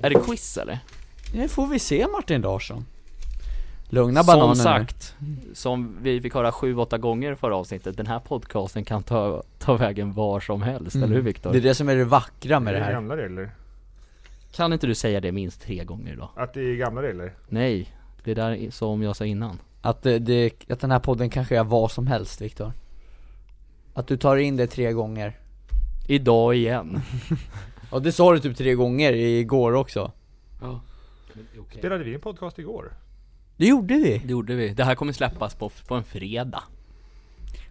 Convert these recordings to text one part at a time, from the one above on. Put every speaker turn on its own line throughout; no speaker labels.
Är det quiz eller?
Det får vi se Martin Larsson. Lugna bananen
Som
nu.
sagt, som vi fick höra 7-8 gånger förra avsnittet, den här podcasten kan ta, ta vägen var som helst, eller hur Viktor?
Mm. Det är det som är det vackra med det
det är
här.
gamla regler.
Kan inte du säga det minst tre gånger då?
Att det är gamla regler.
Nej, det där är som jag sa innan.
Att, det, det, att den här podden kanske är vad som helst Viktor. Att du tar in det tre gånger.
Idag igen.
Ja det sa du typ tre gånger igår också.
Spelade vi en podcast igår?
Det gjorde vi.
Det gjorde vi. Det här kommer släppas på, på en fredag.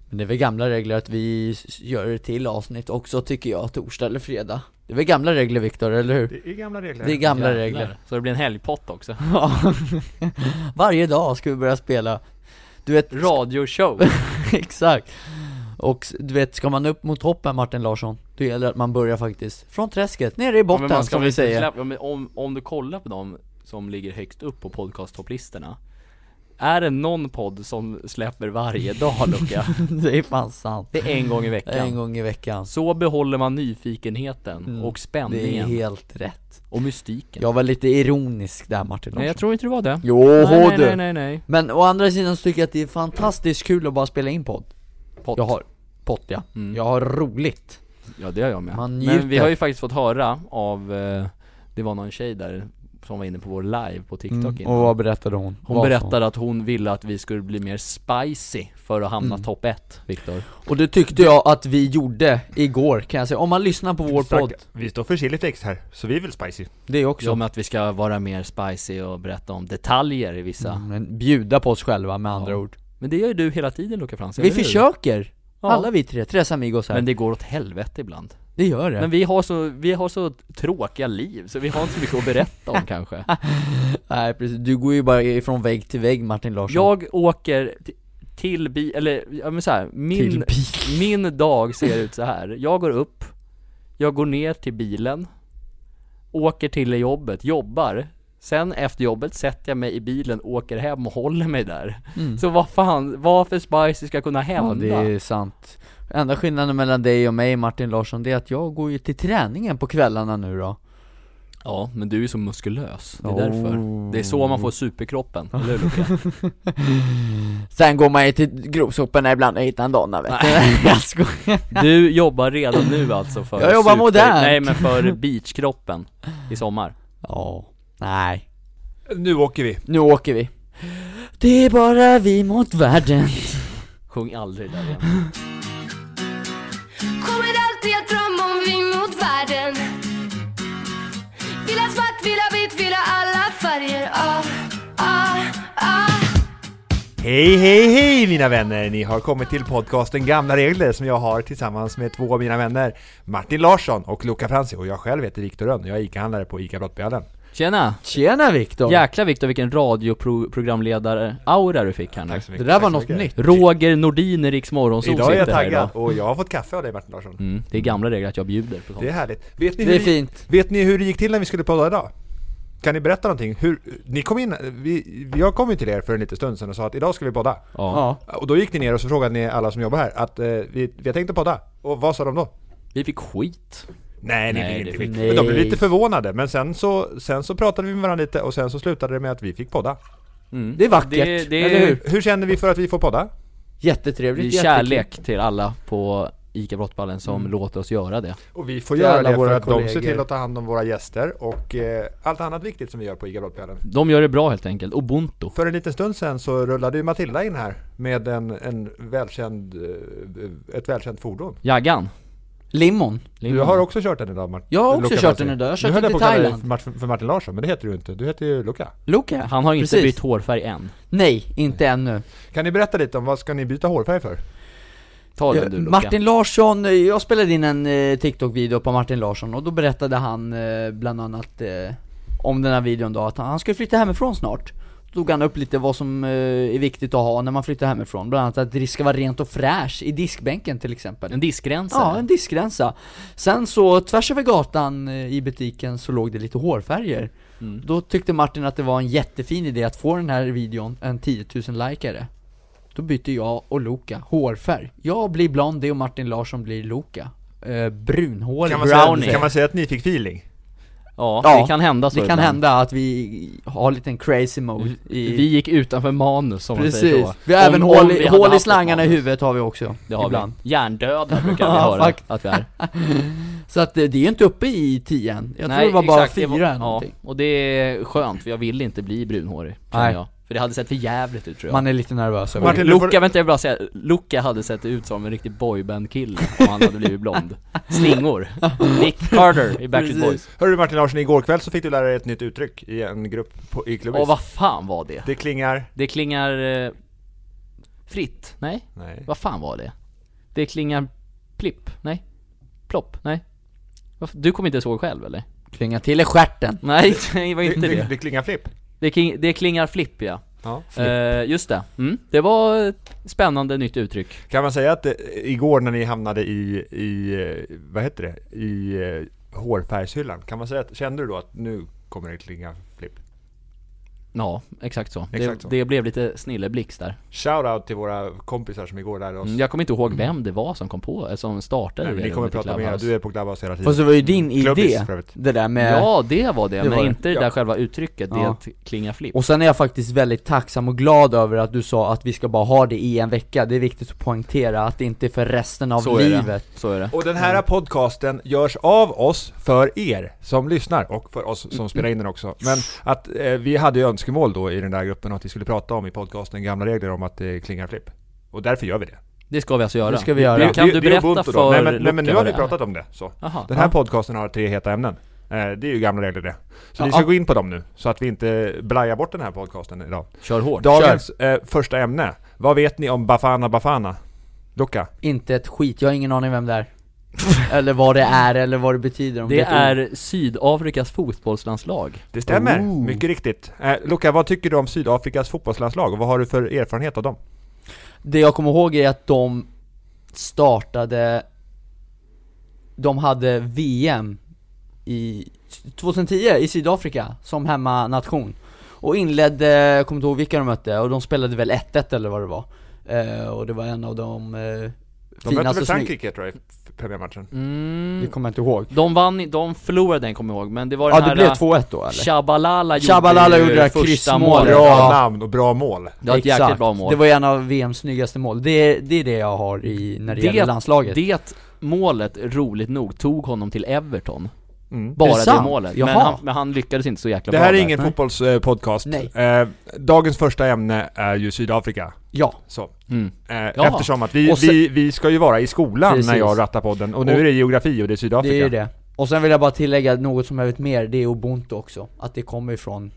Men det är väl gamla regler att vi s- gör ett till avsnitt också tycker jag, torsdag eller fredag. Det är väl gamla regler Viktor, eller hur?
Det är gamla regler.
Det är gamla
Jävlar.
regler.
Så det blir en helgpott också.
Ja. Varje dag ska vi börja spela. Du vet,
Radioshow.
exakt. Och s- du vet, ska man upp mot toppen Martin Larsson, då gäller det att man börgar faktiskt från träsket, nere i
Ja,
botten
men man ska
som
väl
vi
inte
säger.
släppa- ja, men om, om du kollar på de som ligger högst upp på podcasttopplistorna Är det någon podd som släpper varje dag Luca?
det är fan sant.
Det är en gång i
En
veckan
gång i veckan.
Så behåller man nyfikenheten och
Mm. Det är
spänningen
helt rätt.
och mystiken
Jag var lite ironisk där Martin Larsson.
Nej jag tror inte det var det
Jo,
nej, nej,
du.
nej nej nej
Men å andra sidan så tycker jag att det är fantastiskt kul att bara spela in podd.
Pott. Mm.
Jag har pott ja. Jag har roligt.
Ja det har jag med
Man
Men vi
njuter.
har ju faktiskt fått höra av eh, Det var någon tjej där som var inne på vår live på TikTok innan.
Mm, Och vad berättade hon?
Hon
Vad sa
berättade att hon ville att vi skulle bli mer spicy för att
Mm.
hamna topp 1, Viktor
Och det tyckte jag att vi gjorde igår kan jag säga. Om man lyssnar på vår
Stack-
podd,
Vi står för chili flakes här, så vi är väl spicy.
det
Också. Som
också.
att vi ska vara mer spicy och berätta om detaljer i vissa
Mm, Men bjuda på oss själva med andra ord.
Men det gör ju du hela tiden Luca Fransson,
Vi
eller hur?
försöker!
Ja.
Alla vi tre, Tres Amigos här.
Men
det,
det går åt helvete ibland
gör det.
Men vi har, så, vi har så tråkiga liv så vi har inte så mycket att berätta om kanske
Nej precis, du går ju bara från vägg till vägg Martin Larsson.
Jag åker t- till bil, eller ja men så här,
till
min,
bil.
min dag ser ut så här. Jag går upp, jag går ner till bilen, åker till jobbet, jobbar Sen efter jobbet sätter jag mig i bilen, åker hem och håller mig där Så vad fan, vad för spicy ska kunna hända?
Mm. Ja det är sant. Enda skillnaden mellan dig och mig Martin Larsson, det är att jag går ju till träningen på kvällarna nu då.
Ja, men du är ju så muskulös, det är
Oh.
därför Det är så man får superkroppen, eller hur Luca?
Sen går man ju till grovsoporna ibland och hittar en donna vet du. Jag skojar.
Du jobbar redan nu alltså för
Jag jobbar modernt.
Nej men för beachkroppen i sommar
Ja, nej.
Nu åker vi.
Nu åker vi. Det är bara vi mot världen.
Sjung aldrig det där igen
Kommer alltid att drömma om vi mot världen Vill ha svart, vill ha vitt, vill ha alla färger ah, ah, ah.
Hej, hej, hej mina vänner! Ni har kommit till podcasten Gamla Regler som jag har tillsammans med två av mina vänner Martin Larsson och Luca Franzi och jag själv heter Viktor Rönn och jag är ICA-handlare på ICA Brottbjörnen.
Tjena!
Tjena Viktor.
Jäklar Viktor vilken radioprogramledare-aura du fick här nu
Tack så
Det
mycket.
där var
tack så
något
mycket.
nytt.
Roger Nordin i Riks Morgonzoo
Idag är jag
sitter här idag.
taggad och jag har fått kaffe av dig Martin Larsson.
Mm, det är gamla regler att jag bjuder på sånt
Det är härligt. Vet ni,
Det är
hur,
fint.
vet ni hur det gick till när vi skulle podda idag? Kan ni berätta någonting? Hur, ni kom in, vi, jag kom ju till er för en liten stund sedan och sa att idag ska vi podda.
ja.
Ja.
Och då gick ni ner och så frågade ni alla som jobbar här att eh, vi, vi har tänkt att podda. Och vad sa de då?
Vi fick skit
Nej,
Nej, det
nej, nej,
fick-
Men de blev
nej.
lite förvånade, men sen så, sen så pratade vi med varandra lite och sen så slutade det med att vi fick podda.
Det är vackert,
Det- det-
eller hur?
Hur känner vi för att vi får podda?
Det är
Jättetrevligt,
kärlek till alla på ICA Brottballen som
Mm.
låter oss göra det
Och vi får
Till
göra
alla
det för
våra
att de ser
kollegor.
till att ta hand om våra gäster och eh, allt annat viktigt som vi gör på ICA Brottbjörnen.
De gör det bra helt enkelt, ubuntu
För en liten stund sen så rullade ju Matilda in här med en, en välkänd, eh, ett välkänt fordon.
Jaggan
jättekul. Limon.
Du har också kört den idag Martin?
Jag har också kört den idag. Jag har kört den till Thailand.
Du höll jag på att kalla dig Mart- för Martin Larsson, men det heter du inte. Du heter ju Luca.
Luca.
Han har inte
Precis.
bytt hårfärg än
Nej, inte ännu.
Kan ni berätta lite om vad ska ni byta hårfärg för?
Ta den
Jag-
du Luca
Martin Larsson, eh, jag spelade in en eh, TikTok-video på Martin Larsson och då berättade han eh, bland annat eh, om den här videon då, att han, han skulle flytta hemifrån snart. Då tog han upp lite vad som eh, är viktigt att ha när man flyttar hemifrån, bland annat att det ska vara rent och fräscht i diskbänken till exempel.
En diskrensare?
Ja, en diskrensa. Sen så tvärs över gatan eh, i butiken så låg det lite hårfärger.
Mm.
Då tyckte Martin att det var en jättefin idé att få den här videon en 10 000 likare. Då byter jag och Loka hårfärg. Jag blir blondie och Martin Larsson blir Loka. Eh, brunhårig
Kan man,
brownie.
säga, kan man säga att ni fick feeling?
Ja,
Ja,
det kan hända så
Det kan
ibland.
hända att vi har en liten crazy mode i...
Vi gick utanför manus som man säger
Precis,
så.
vi har
Om-
även
om
hål,
vi
i,
hade
hål i
haft ett
slangarna i
manus.
huvudet har vi också,
Det har
ibland
vi. Hjärndöda brukar vi
Ja,
höra
fakt-
att vi är.
Så att eh, det är ju inte uppe i 10 än, jag tror det var bara
exakt, det
fyra
var-
eller
ja,
någonting
Och det är skönt, för jag vill inte bli brunhårig,
Nej.
Nej. jag. För det hade sett för jävligt ut tror jag.
Man är lite nervös över
Martin,
det.
Luca,
du får-
vänta jag vill bara säga, Luca hade sett ut som en riktig boyband-kille om han hade blivit blond. Slingor. Nick Carter i Backstreet
Precis.
Boys.
Hörru du, Martin Larsson, igår kväll så fick du lära dig ett nytt uttryck i en grupp på, i klubbis.
Och vad fan var det?
Det klingar...
Det klingar... Eh, fritt? Nej?
Nej.
Vad fan var det? Det klingar plipp? Nej? Plopp? Nej? Varför- Du kommer inte ens ihåg själv eller?
Klinga till i stjärten
Nej, det var
Det,
inte
det,
det.
det klingar flipp.
Det, kling, det klingar flipp ja.
Ja.
Eh, just det. Mm. Det var ett spännande nytt uttryck.
Kan man säga att eh, igår när ni hamnade i, i eh, vad heter det, i eh, hårfärgshyllan, kan man säga att, kände du då att nu kommer det klinga flipp?
Ja, exakt så.
Exakt
det,
så.
det blev lite snilleblixt där.
Shoutout till våra kompisar som igår lärde oss.
Mm, Jag kommer inte ihåg vem det var som kom på, eh, som startade
Nej, men
det.
ni kommer
runt i
prata mer,
Clubhouse.
du är på Clubhouse hela tiden.
Fast det var ju din idé,
för övrigt.
det där med
Ja, det var det,
Det
men
var det.
inte det
Ja.
där själva uttrycket, det
Ja.
att klinga flipp.
Och sen är jag faktiskt väldigt tacksam och glad över att du sa att vi ska bara ha det i en vecka Det är viktigt att poängtera att det inte är för resten av
Så är det.
livet
Så är det.
Och den här podcasten görs av oss för er som lyssnar och för oss
Mm.
som spelar in den också. Men att eh, vi hade ju önskemål då i den där gruppen att vi skulle prata om i podcasten gamla regler om att det klingar flipp. Och därför gör vi det.
Det ska vi alltså göra.
Det ska vi göra.
Kan
Det-
du
det är
berätta
Ubuntu då.
för
Nej men, nej, men nu
Luca
har
vad
vi
det är?
pratat om det. Så.
Aha.
Den här
Ja.
podcasten har tre heta ämnen. Eh, Det är ju gamla regler det. Så vi
Ja.
ska gå in på dem nu, så att vi inte blajar bort den här podcasten idag.
Kör hårt.
Dagens eh, första ämne. Vad vet ni om Bafana Bafana? Luca?
Inte ett skit, jag har ingen aning vem det är Eller vad det är eller vad det betyder om
Det
det ett ord.
är Sydafrikas fotbollslandslag.
Det stämmer,
Oh.
mycket riktigt. Eh, Luca, vad tycker du om Sydafrikas fotbollslandslag och vad har du för erfarenhet av dem?
Det jag kommer ihåg är att de startade De hade VM i 2010 i Sydafrika som hemmanation Och inledde, jag kommer inte ihåg vilka de mötte, och de spelade väl 1-1 eller vad det var eh, Och det var en av de eh,
De mötte
finaste
väl
och snygg-
Frankrike tror jag i f- premiärmatchen?
Mm.
Det kommer jag inte ihåg
De vann, i- de förlorade den kommer jag ihåg, men det var
Ja
den
det
här... eh,
blev 2-1 då eller?
Shabalala gjorde,
Shabalala
ju
gjorde det här
första
kryssmålet.
målet.
Bra
Ja.
namn och bra mål.
Det var ett jäkligt
Exakt.
bra mål.
Det var en av VMs snyggaste mål, det, det är det jag har i, när det,
Det-
gäller landslaget
Det målet, roligt nog, tog honom till Everton.
Mm.
Bara
Är det
det,
sant?
målet.
Jaha.
Men han, men han lyckades inte så jäkla
Det
bra
här är
där.
ingen
Nej.
fotbollspodcast.
Nej.
Eh, dagens första ämne är ju Sydafrika.
Ja,
Så.
Mm.
Eh,
Jaha.
eftersom att vi,
Och se-
vi, vi ska ju vara i skolan
Precis.
när jag rattar podden och nu
Och-
är det geografi och det är Sydafrika.
det är ju det Och sen vill jag bara tillägga något som jag vet mer, det är ubuntu också Att det kommer ifrån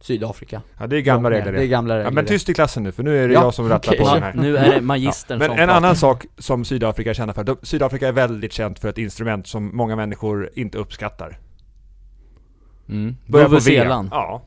Sydafrika
Ja, det är gamla
Långt ner.
regler
Det är gamla regler
Ja, men tyst i klassen nu för nu är det
Ja,
jag som rattar
okej.
podden
Ja,
här.
nu är det magistern
Men
som
en
pratar.
annan sak som Sydafrika är kända för. De, Sydafrika är väldigt känt för ett instrument som många människor inte uppskattar.
Mm.
Börjar på V.
Vuvuzelan.
Ja.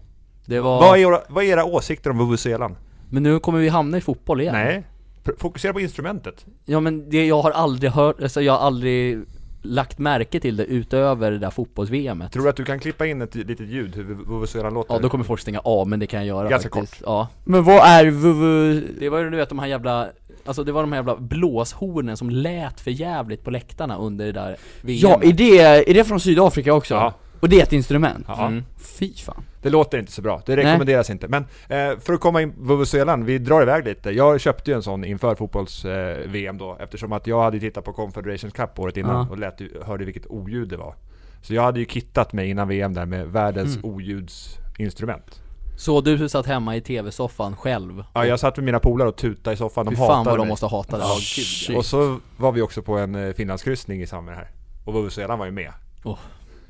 Det var...
Vad, är era, vad är era åsikter om vuvuzelan?
Men nu kommer vi hamna i fotboll igen.
Nej. Pr- Fokusera på instrumentet.
Ja men det, jag har aldrig hört, alltså jag har aldrig lagt märke till det utöver det där fotbolls-VMet.
Tror du att du kan klippa in ett litet ljud hur vu- vuvuzelan låter?
Ja då kommer folk stänga av, men det kan jag göra
Ganska
faktiskt. Ja.
Men vad är vuvu...
Det var ju du vet de här jävla, alltså det var de här jävla blåshornen som lät för jävligt på läktarna under det där VM.
Ja, är det, är det från Sydafrika också?
Ja.
Och det är ett instrument?
Ja.
Mm.
Fy fan
Det låter inte så bra, det rekommenderas inte. Men eh, för att komma in på vuvuzelan, vi drar iväg lite. Jag köpte ju en sån inför fotbolls-VM då, eftersom att jag hade tittat på Confederations Cup året innan
Ja.
och lät, ju- hörde vilket oljud det var. Så jag hade ju kittat mig innan VM där med världens
Mm.
oljudsinstrument.
Så du satt hemma i tv-soffan själv?
Ja, jag satt med mina polare och tutade i soffan, de
Fy fan
hatade
vad de
mig.
måste hata det här.
Och så var vi också på en eh, finlandskryssning i samband med det här. Och vuvuzelan var ju med.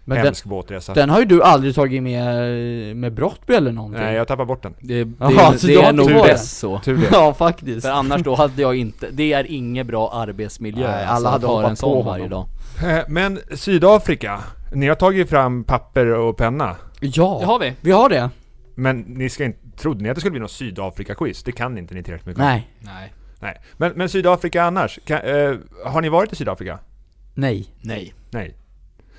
Men den,
Hemsk båtresa.
den har ju du aldrig tagit med, med Brottby eller någonting
Nej, jag tappade bort den.
Det, det,
Jaha, så
det
du alltså, har
är
inte
nog
varit-
bäst så.
Tur det.
Ja faktiskt
För annars då hade jag inte, det är ingen bra arbetsmiljö
Nej, alla
alltså, att
hade
ha
hoppat
en sån
på
varje dag.
Eh, Men Sydafrika, ni har tagit fram papper och penna.
Ja,
Det har vi.
vi har det?
Men ni ska inte, trodde ni att det skulle bli något Sydafrika-quiz? Det kan inte ni tillräckligt mycket om.
Nej,
Nej.
Nej. Men, men Sydafrika annars, kan, eh, har ni varit i Sydafrika?
nej
Nej.
Nej.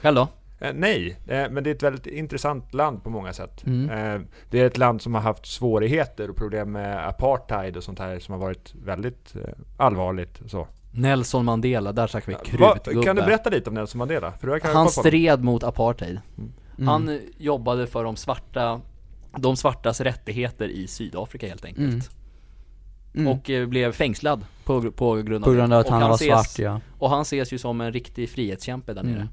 Själv då?
Eh, nej, eh, men det är ett väldigt intressant land på många sätt.
Mm.
Eh, det är ett land som har haft svårigheter och problem med apartheid och sånt här som har varit väldigt eh, allvarligt. och Så.
Nelson Mandela, där snackar vi
Va,
krutgubbe.
kan du berätta lite om Nelson Mandela? För du verkar ha
Han
koll på honom.
Mm.
stred mot apartheid. Han eh, jobbade för de svarta de svartas rättigheter i Sydafrika helt enkelt.
Mm.
Och eh, blev fängslad på, på grund av
På grund av att
Och
han var
ses,
svart, ja. Mm.
Och han ses ju som en riktig frihetskämpe där nere.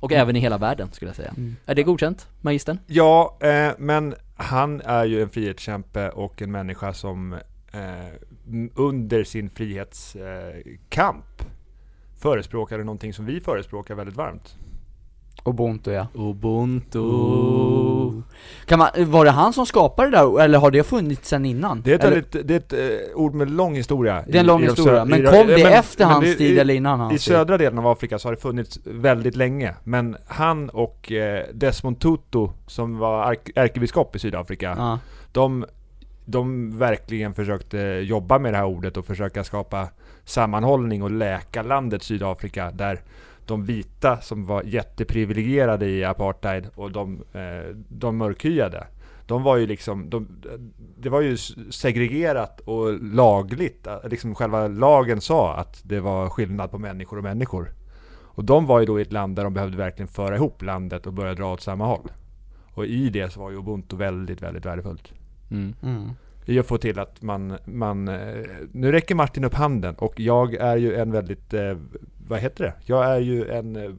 Och även i hela världen skulle jag säga. Är det godkänt, magistern?
Ja, eh, men han är ju en frihetskämpe och en människa som eh, m- under sin frihetskamp eh, kamp förespråkade någonting som vi förespråkar väldigt varmt.
Ubuntu ja.
Ubuntu. Oh.
Kan man, var det han som skapade det där, eller har det funnits sen innan?
Det är ett,
eller,
väldigt, det är ett eh, ord med lång historia.
Det är en lång
de
historia,
söd-
men
i-
kom det
men-
efter
men
hans
det-
tid
i-
eller innan
I
hans tid?
södra delen av Afrika så har det funnits väldigt länge, men han och eh, Desmond Tutu, som var ark- ärkebiskop i Sydafrika,
Ja.
de, de verkligen försökte jobba med det här ordet och försöka skapa sammanhållning och läka landet Sydafrika där de vita som var jätteprivilegierade i apartheid och de, eh, de mörkhyade. De var ju liksom, de, det var ju s- segregerat och lagligt. Eh, Liksom själva lagen sa att det var skillnad på människor och människor. Och de var ju då i ett land där de behövde verkligen föra ihop landet och börja dra åt samma håll. Och i det så var ju ubuntu väldigt, väldigt värdefullt.
Mm.
I att få till att man, man... eh, Nu räcker Martin upp handen och jag är ju en väldigt... eh, Vad heter det? Jag är ju en eh,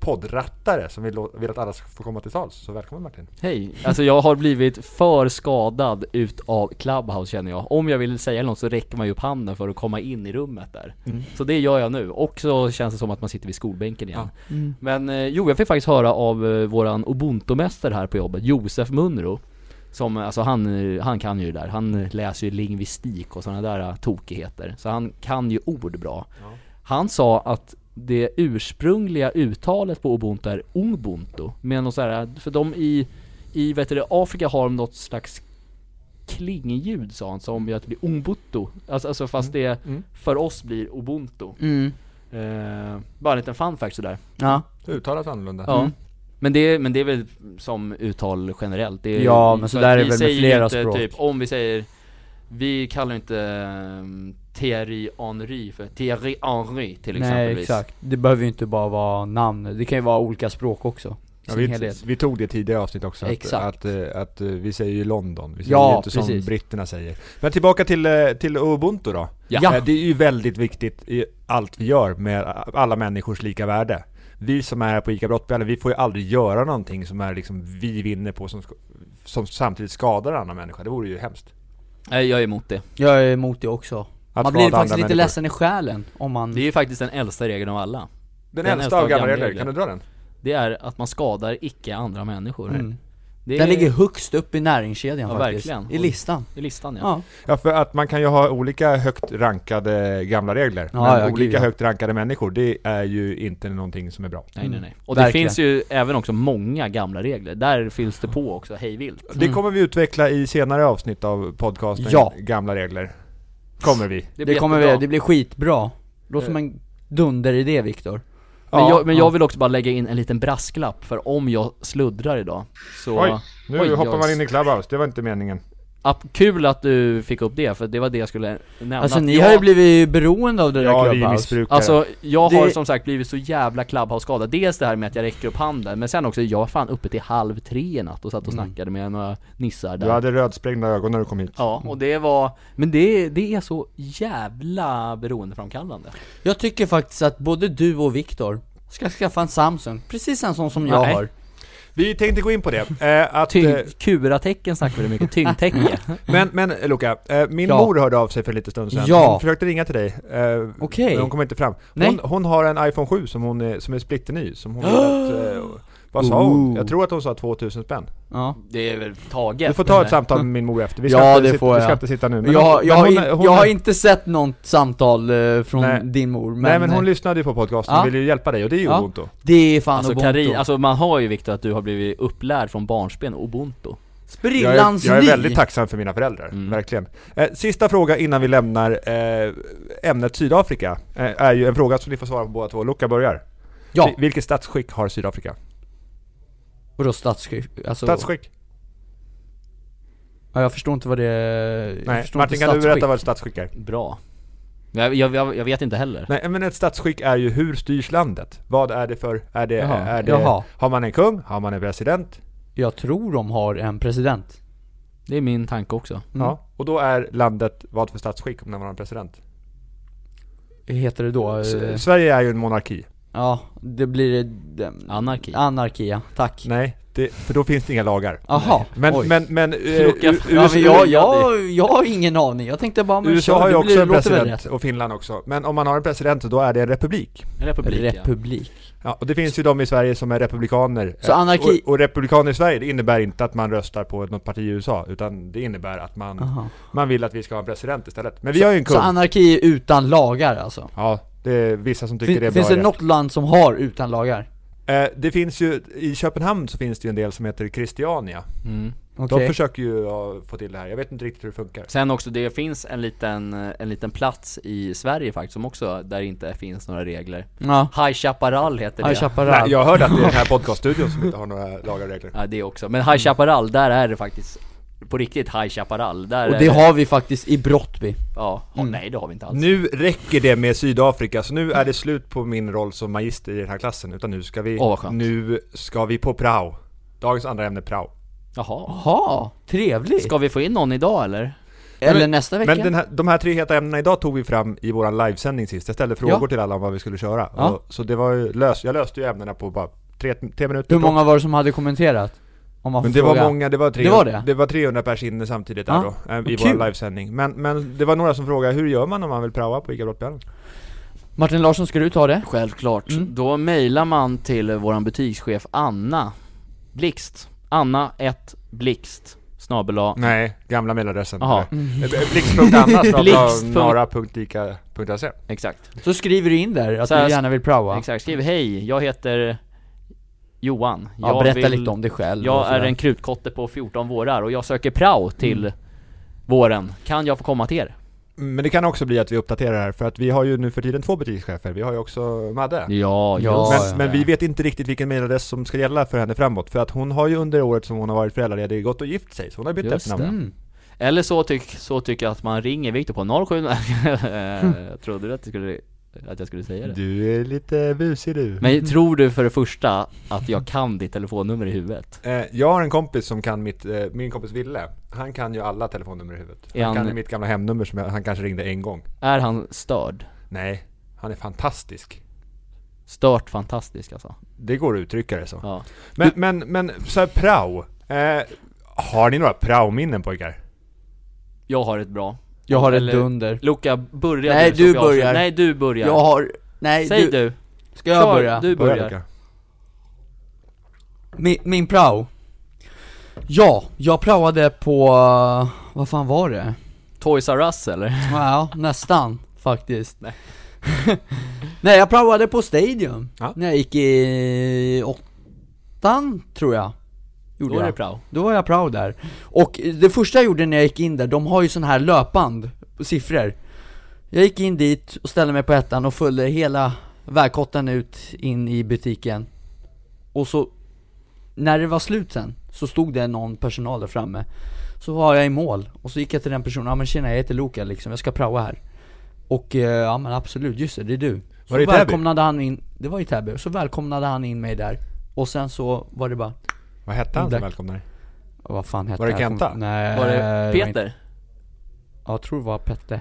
poddrattare som vill, lå- vill att alla ska få komma till tals. Så välkommen Martin!
Hej, alltså jag har blivit för skadad utav Clubhouse känner jag. Om jag vill säga något så räcker man ju upp handen för att komma in i rummet där. Så det gör jag nu, och så känns det som att man sitter vid skolbänken igen. Men eh, jo, jag fick faktiskt höra av eh, våran ubuntu-mästare här på jobbet, Josef Munro. Som, eh, alltså han, eh, han kan ju det där, han eh, läser ju lingvistik och sådana där eh, tokigheter. Så han kan ju ord bra. Han sa att det ursprungliga uttalet på ubuntu är ubuntu. Med något så här, för de i, i vet du, det, Afrika har de något slags klingljud sa han som gör att det blir umbutu. Alltså, alltså fast det för oss blir ubuntu.
Mm.
Eh, bara en liten fun fact sådär.
Ja.
Du uttalas annorlunda. Mm.
Ja. Men, det, men det är väl som uttal generellt? Det är,
Ja, men
för
så
att
där är
vi
väl med
säger ju
flera
inte,
språk.
Typ, om vi säger, vi kallar ju inte um, Thierry Henry för Thierry Henry till
Nej
exempelvis.
exakt, det behöver ju inte bara vara namn, det kan ju vara olika språk också
Ja,
sin
vi,
helhet.
vi tog det i tidigare avsnitt också, att,
Exakt.
att, eh, att eh, vi säger ju London, vi säger
Ja,
ju inte
precis.
som britterna säger. Men tillbaka till, eh, till Ubuntu då.
Ja.
Eh, Det är ju väldigt viktigt i allt vi gör med alla människors lika värde. Vi som är här på ICA Brottbjörnen, vi får ju aldrig göra någonting som är liksom vi vinner på som, sk- som samtidigt skadar andra människor. Det vore ju hemskt.
Nej, jag är emot det.
Jag är emot det också
Att
Man
skada
blir faktiskt
andra
lite
människor.
ledsen i själen om man...
Det är ju faktiskt den äldsta regeln av alla.
Den,
Den
äldsta av gamla regler,
regler.
kan du dra den?
Det är att man skadar icke andra människor.
Mm.
Det
Den
är
ligger högst upp i näringskedjan
Ja,
faktiskt,
verkligen.
i listan
i listan ja.
Ja,
Ja, för att man kan ju ha olika högt rankade gamla regler.
Ja,
men
ja, gud,
olika
ja.
högt rankade människor, det är ju inte någonting som är bra.
Nej nej nej. Och det
Mm. Verkligen.
finns ju även också många gamla regler. Där finns det på också hejvilt.
Det kommer vi utveckla i senare avsnitt av podcasten
Ja.
Gamla regler. Kommer vi.
det,
blir
kommer vi,
jättebra. Eh.
det blir skitbra Låter som en dunderidé Viktor
Men,
Ja,
jag, men
ja.
jag vill också bara lägga in en liten brasklapp, för om jag sluddrar idag så...
Oj, nu
Oj,
hoppar
jag-
man in i Clubhouse, det var inte meningen.
App, kul att du fick upp det, för det var det jag skulle nämna.
Alltså
Att
ni
jag,
har ju blivit beroende av det
Ja,
där
vi är
Clubhouse
missbrukare.
Alltså, jag har
Det-
som sagt blivit så jävla Clubhouse-skadad. Dels det här med att jag räcker upp handen, men sen också, jag var fan uppe till halv tre i natt och satt och
Mm.
snackade med några nissar där.
Du hade rödsprängda ögon när du kom hit.
Ja, och det var... Men det, det är så jävla beroendeframkallande.
Jag tycker faktiskt att både du och Viktor ska skaffa en Samsung, precis en sån som jag
Nej.
har
Vi tänkte gå in på det. Eh, att, eh,
Tyng, kuratecken snackade vi mycket, tyngdtäcke.
men, men eh, Luca, eh, min
Ja.
mor hörde av sig för lite stund sedan.
Ja.
Hon försökte ringa till dig. Eh,
Okej.
Men hon kom inte fram.
Nej.
Hon, hon har en iPhone 7 som, hon är, som är splitterny. Som hon vill att, eh, vad sa hon?
Ooh.
Jag tror att hon sa 2000 spänn.
Ja
Det är väl taget.
Du får ta
men-
ett samtal med min mor efter. Vi ska,
Ja,
inte,
det
sitta,
får
Vi ska
jag.
inte sitta nu.
Men jag,
hon-
jag, har
hon-
in,
hon-
jag har inte sett något samtal eh, från
Nej.
din mor men,
Nej men hon lyssnade ju på podcasten
Ja.
och ville ju hjälpa dig och det är ju
Ja.
Ubuntu.
Det är fan
Alltså,
Ubuntu
Karin, alltså man har ju Viktor att du har blivit upplärd från barnsben, ubuntu.
Jag är,
Sprillans
jag är
ny!
väldigt tacksam för mina föräldrar,
Mm.
verkligen. Eh, sista fråga innan vi lämnar eh, ämnet Sydafrika, eh, är ju en fråga som ni får svara på båda två. Luca börjar.
Ja,
Vil- Vilket statsskick har Sydafrika?
vadå statsskick? Alltså,
Statsskick?
Ja, jag förstår inte vad det... jag
Nej,
förstår
Martin
inte
kan du
statsskick.
berätta vad ett statsskick är?
Bra. Jag, jag, jag, jag vet inte heller.
Nej men ett statsskick är ju hur styrs landet? Vad är det för, är det,
Jaha,
är det,
jaha.
har man en kung? Har man en president?
Jag tror de har en president.
Det är min tanke också.
Mm.
Ja. Och då är landet vad för statsskick om man har en president?
Hur heter det då?
S-
Eh,
Sverige är ju en monarki.
Ja, det blir... det-
Anarki.
Anarki, ja. Tack.
Nej, det, för då finns det inga lagar.
Jaha.
Men,
oj.
men, men, eh,
Lucka-
U-
Ja, men
USA
jag, jag, jag har ingen aning. Jag tänkte bara, men
USA
kör,
har ju
det
också
blir-
en
låter väl
president, och Finland också. Men om man har en president, då är det en republik.
En republik,
rätt.
ja.
Republik.
Ja, och det finns ju de i Sverige som är republikaner.
Så
Eh,
anarki-
Och, och republikaner i Sverige, det innebär inte att man röstar på något parti i USA, utan det innebär att man,
Aha.
man vill att vi ska ha en president istället. Men vi har ju en kung.
Så anarki är utan lagar alltså?
Ja, det är vissa som tycker
Fin,
det är bra
finns det
idé.
något land som har utan lagar?
Eh, Det finns ju, i Köpenhamn så finns det ju en del som heter Christiania.
Mm.
Okej.
De försöker ju ja, få till det här, jag vet inte riktigt hur det funkar.
Sen också, det finns en liten, eh, en liten plats i Sverige faktiskt som också, där det inte finns några regler.
Ja.
High Chaparral heter det.
High Chaparral.
Nej, jag hörde att det är den här podcaststudion som inte har några lagar och regler.
Ja det också, men High Chaparral, där är det faktiskt på riktigt High Chaparral, där
Och
är
det har vi faktiskt i Brottby.
Ja, ja, nej det har vi inte alls
Nu räcker det med Sydafrika, så nu är det slut på min roll som magister i den här klassen. Utan nu ska vi,
Åh, vad skönt.
nu ska vi på prao. Dagens andra ämne prao.
Jaha
Jaha, trevligt!
Ska vi få in någon idag eller?
Eller
Men-
nästa vecka?
Men den här, de här tre heta ämnena idag tog vi fram i våran livesändning sist. Jag ställde frågor till alla om vad vi skulle köra.
Ja.
Och, så det var ju lös, jag löste ju ämnena på bara tre, tre minuter.
Hur många var det som hade kommenterat? Om man får
Men det
fråga.
var många, det var, 300,
Det var det?
var 300 pers inne samtidigt där
Ja,
då, eh, i
vad
vår
kul.
livesändning. Men, men det var några som frågade, hur gör man om man vill praoa på ICA Brottbjörnen?
Martin Larsson, ska du ta det?
Självklart, då mejlar man till våran butikschef Anna Blixt Anna 1 Blixt snabel A.
Nej, gamla mailadressen.
Jaha. Blixt.
Blixt.anna.nara.ica.se
Exakt,
Så skriver du in där att
Så här-
du gärna vill praoa
exakt, skriv hej, jag heter Johan
Ja,
jag
berätta
vill-
lite om dig själv och
Jag är
sådär.
en krutkotte på 14 vårar och jag söker prao till våren, kan jag få komma till er?
Men det kan också bli att vi uppdaterar det här, för att vi har ju nu för tiden två butikschefer. Vi har ju också Madde.
Ja,
Ja.
Men, men vi vet inte riktigt vilken mailadress som ska gälla för henne framåt, för att hon har ju under året som hon har varit föräldraledig gått och gift sig, så hon har bytt
Just
efternamn.
Mm.
Eller så, tyck, så tycker jag att man ringer Viktor på 07 Eh, Jag trodde du att, du skulle, att jag skulle säga det?
Du är lite busig du.
Men tror du för det första att jag kan ditt telefonnummer i huvudet?
Eh, jag har en kompis som kan mitt, eh, min kompis Ville, han kan ju alla telefonnummer i huvudet.
Är han-
Han, kan ju mitt gamla hemnummer som jag, han kanske ringde en gång.
Är han störd?
Nej, han är fantastisk.
Stört fantastisk alltså.
Det går att uttrycka det så.
Ja.
Men, men, men så här prao. Eh, har ni några prao-minnen pojkar?
Jag har ett bra.
Jag har
Eller-
ett dunder
Luca, börja
Nej,
så
du
ska jag avsluta.
börjar.
Nej, du börjar.
Jag har... Nej
Säg du.
du, Ska jag
Kör,
börja?
Du
Börja,
börjar.
Luca.
Min, min prao? Ja, jag praoade på... eh, Vad fan var det?
Toys R Us eller?
Ja, nästan faktiskt. Nej. jag praoade på Stadium
Ja.
när jag gick i åttan, tror jag. Gjorde
Då är
jag.
det prao.
Då var jag prao där. Och det första jag gjorde när jag gick in där, de har ju sån här löpband, siffror. Jag gick in dit och ställde mig på ettan och följde hela vägkottan ut in i butiken. Och så, när det var slut sen, så stod det någon personal där framme. Så var jag i mål, och så gick jag till den personen, ja men tjena jag heter Luka liksom, jag ska praoa här. Och eh, ja men absolut, just det, det är du. Så
Var det i Täby?
välkomnade han in, det var i Täby, så välkomnade han in mig där. Och sen så var det bara
Vad hette han som
Tack.
välkomnade
Ja, Vad fan hette
Var det
han?
Kenta?
Kom- Nej,
Var
Eh,
det
var inte-
Peter?
Ja, jag tror det var Pette.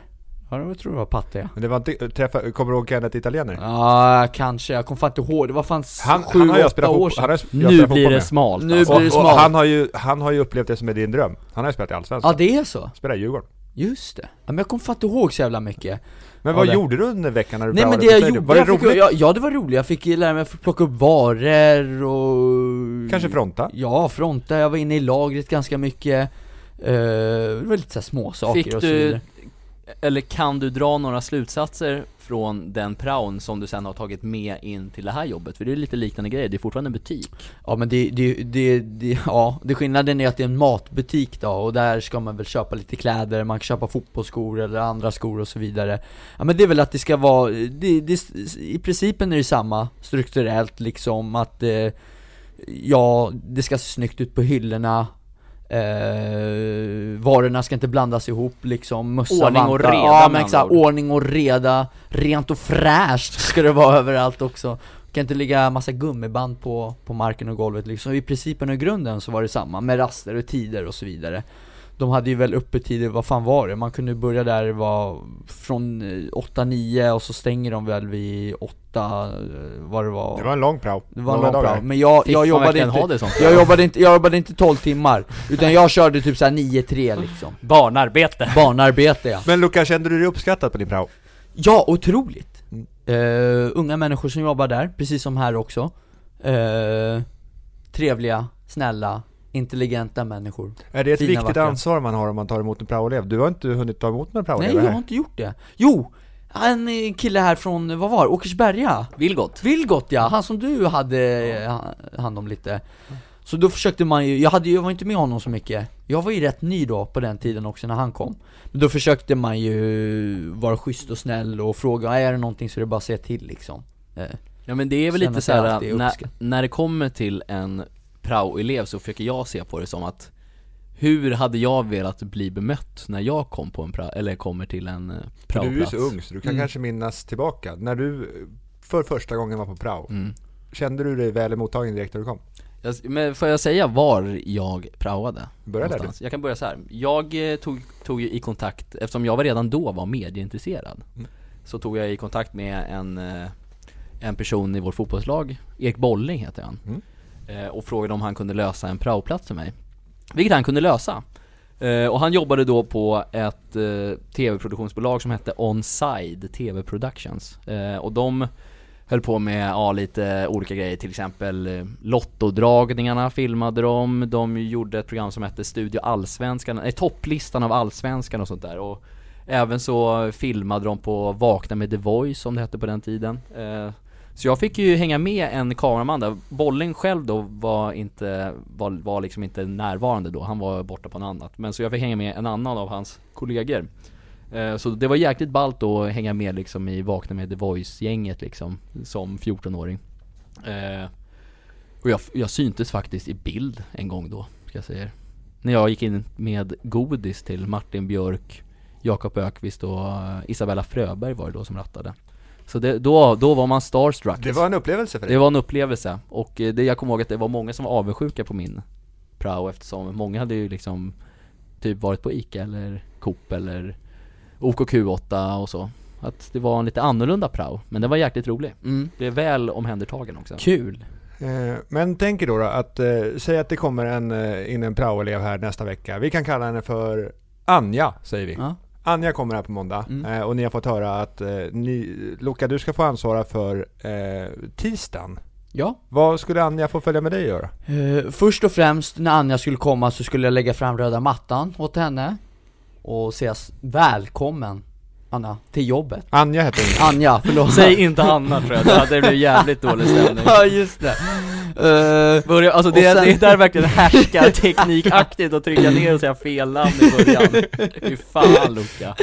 Ja, jag tror det var Patte ja.
Men det var inte, träffa, kommer du ihåg Kenneth Italiener?
Ja, kanske. Jag kommer fan inte ihåg. Det var fan s-
Han,
sju,
han har jag
åtta
spelat
år
fotboll
sedan.
han har jag spelat
Nu
fotboll
blir det
med.
smalt
Nu
alltså.
blir det
Och, och
smalt.
han, har ju, han har ju upplevt det som är din dröm. Han har ju spelat i Allsvenskan.
Ja, det är så.
Spelar i Djurgården.
Just det. Ja, men jag kommer fan inte ihåg så jävla mycket.
Men
Ja,
vad
det.
gjorde du under veckan när du
Nej men
praoade
det
på
jag
Stadium?
gjorde,
Var det
jag fick,
roligt?
ja, ja det var roligt. Jag fick ju lära mig att plocka upp varor och...
Kanske fronta?
Ja, fronta. Jag var inne i lagret ganska mycket. Eh, det var lite så här små saker
Fick
och så vidare.
du, eller kan du dra några slutsatser från den praon som du sen har tagit med in till det här jobbet? För det är lite liknande grejer, det är fortfarande en butik.
Ja men det, det, det, det, ja, det skillnaden är att det är en matbutik då och där ska man väl köpa lite kläder, man kan köpa fotbollsskor eller andra skor och så vidare Ja men det är väl att det ska vara, det, det, i principen är det samma strukturellt liksom att eh, Ja, det ska se snyggt ut på hyllorna Eh, varorna ska inte blandas ihop liksom, mössa,
Ordning och
vantar.
reda,
Ja
med
men exakt,
andra ord.
ordning och reda, rent och fräscht ska det vara överallt också Kan inte ligga massa gummiband på, på marken och golvet liksom, i principen och grunden så var det samma med raster och tider och så vidare De hade ju väl öppettider, vad fan var det? Man kunde börja där var från 8-9 och så stänger de väl vid 8, vad det var
Det var en lång prao.
det var en
Några
lång
dagar.
prao, men jag,
Fick
jag
man
jobbade
verkligen
inte
ha det sånt?
jag jobbade inte, jag jobbade inte 12 timmar, utan jag körde typ såhär 9-3 liksom
Barnarbete.
Barnarbete ja
Men Luca, kände du dig uppskattad på din prao?
Ja, otroligt! Eh, unga människor som jobbar där, precis som här också Eh, Trevliga, snälla, intelligenta människor
Är det ett
Fina,
viktigt
vackra.
ansvar man har om man tar emot en praoelev? Du har inte hunnit ta emot några
Nej,
praoelever
jag har
här?
inte gjort det Jo! En eh, kille här från, vad var det? Åkersberga?
Vilgot.
Vilgot ja, han som du hade eh, ha- hand om lite Så då försökte man ju, jag, hade, ju- jag var inte med honom så mycket Jag var ju rätt ny då på den tiden också när han kom Men då försökte man ju vara schysst och snäll och fråga, är det någonting så är det bara att säga till liksom Eh,
Ja men det är väl
Känner
lite
sig
såhär,
alltid
när,
uppskattad.
när det kommer till en praoelev så försöker jag se på det som att Hur hade jag velat bli bemött när jag kom på en pra, eller kommer till en eh,
För
praoplats?
Du är ju så ung så du kan kanske minnas tillbaka. När du för första gången var på prao,
Mm.
kände du dig väl mottagen direkt när du kom?
Jag, men får jag säga var jag praoade?
Börja där
någonstans? Jag kan börja så här. jag eh, tog, tog ju i kontakt, eftersom jag var redan då var medieintresserad
Mm.
Så tog jag i kontakt med en, eh, en person i vårt fotbollslag, Erik Bolling heter han
Mm.
Eh, Och frågade om han kunde lösa en praoplats för mig Vilket han kunde lösa Eh, Och han jobbade då på ett eh, tv-produktionsbolag som hette Onside TV Productions Eh, Och de höll på med ja, lite olika grejer, till exempel eh, Lottodragningarna filmade de, de gjorde ett program som hette Studio Allsvenskan, nej Topplistan av Allsvenskan och sånt där och även så filmade de på Vakna med The Voice som det hette på den tiden Eh, Så jag fick ju hänga med en kameraman där, Bolling själv då var inte, var, var liksom inte närvarande då, han var borta på något annat Men så jag fick hänga med en annan av hans kollegor Eh, Så det var jäkligt ballt då att hänga med liksom i Vakna med The Voice-gänget liksom, som 14-åring. Eh, Och jag, jag syntes faktiskt i bild en gång då, ska jag säga er. När jag gick in med godis till Martin Björk, Jakob Ökvist och eh, Isabella Fröberg var det då som rattade. Så det, då, då var man starstruck.
Det var en upplevelse för dig?
Det var en upplevelse och eh, det, jag kommer ihåg att det var många som var avundsjuka på min prao eftersom många hade ju liksom typ varit på ICA eller Coop eller OKQ8 och så. Att det var en lite annorlunda prao, men den var jäkligt rolig.
Mm.
Blev väl omhändertagen också.
Kul!
Eh, Men tänk er då, då att, eh, säg att det kommer en, eh, in en praoelev här nästa vecka. Vi kan kalla henne för Anja, säger vi.
Ja. Mm.
Anja kommer här på måndag eh, och ni har fått höra att eh, ni, Luca, du ska få ansvara för eh, tisdagen.
Ja,
Vad skulle Anja få följa med dig göra?
Eh, först och främst, när Anja skulle komma så skulle jag lägga fram röda mattan åt henne Och säga s- välkommen Anna, till jobbet
Anja heter hon.
Anja, förlåt
Säg inte Anna tror jag, då hade det blivit jävligt dålig stämning.
Ja just det! Eh,
Börja, alltså det,
Och sen-
det är där verkligen härskar teknikaktigt och trycka ner och säga fel namn i början. Fy fan Luca.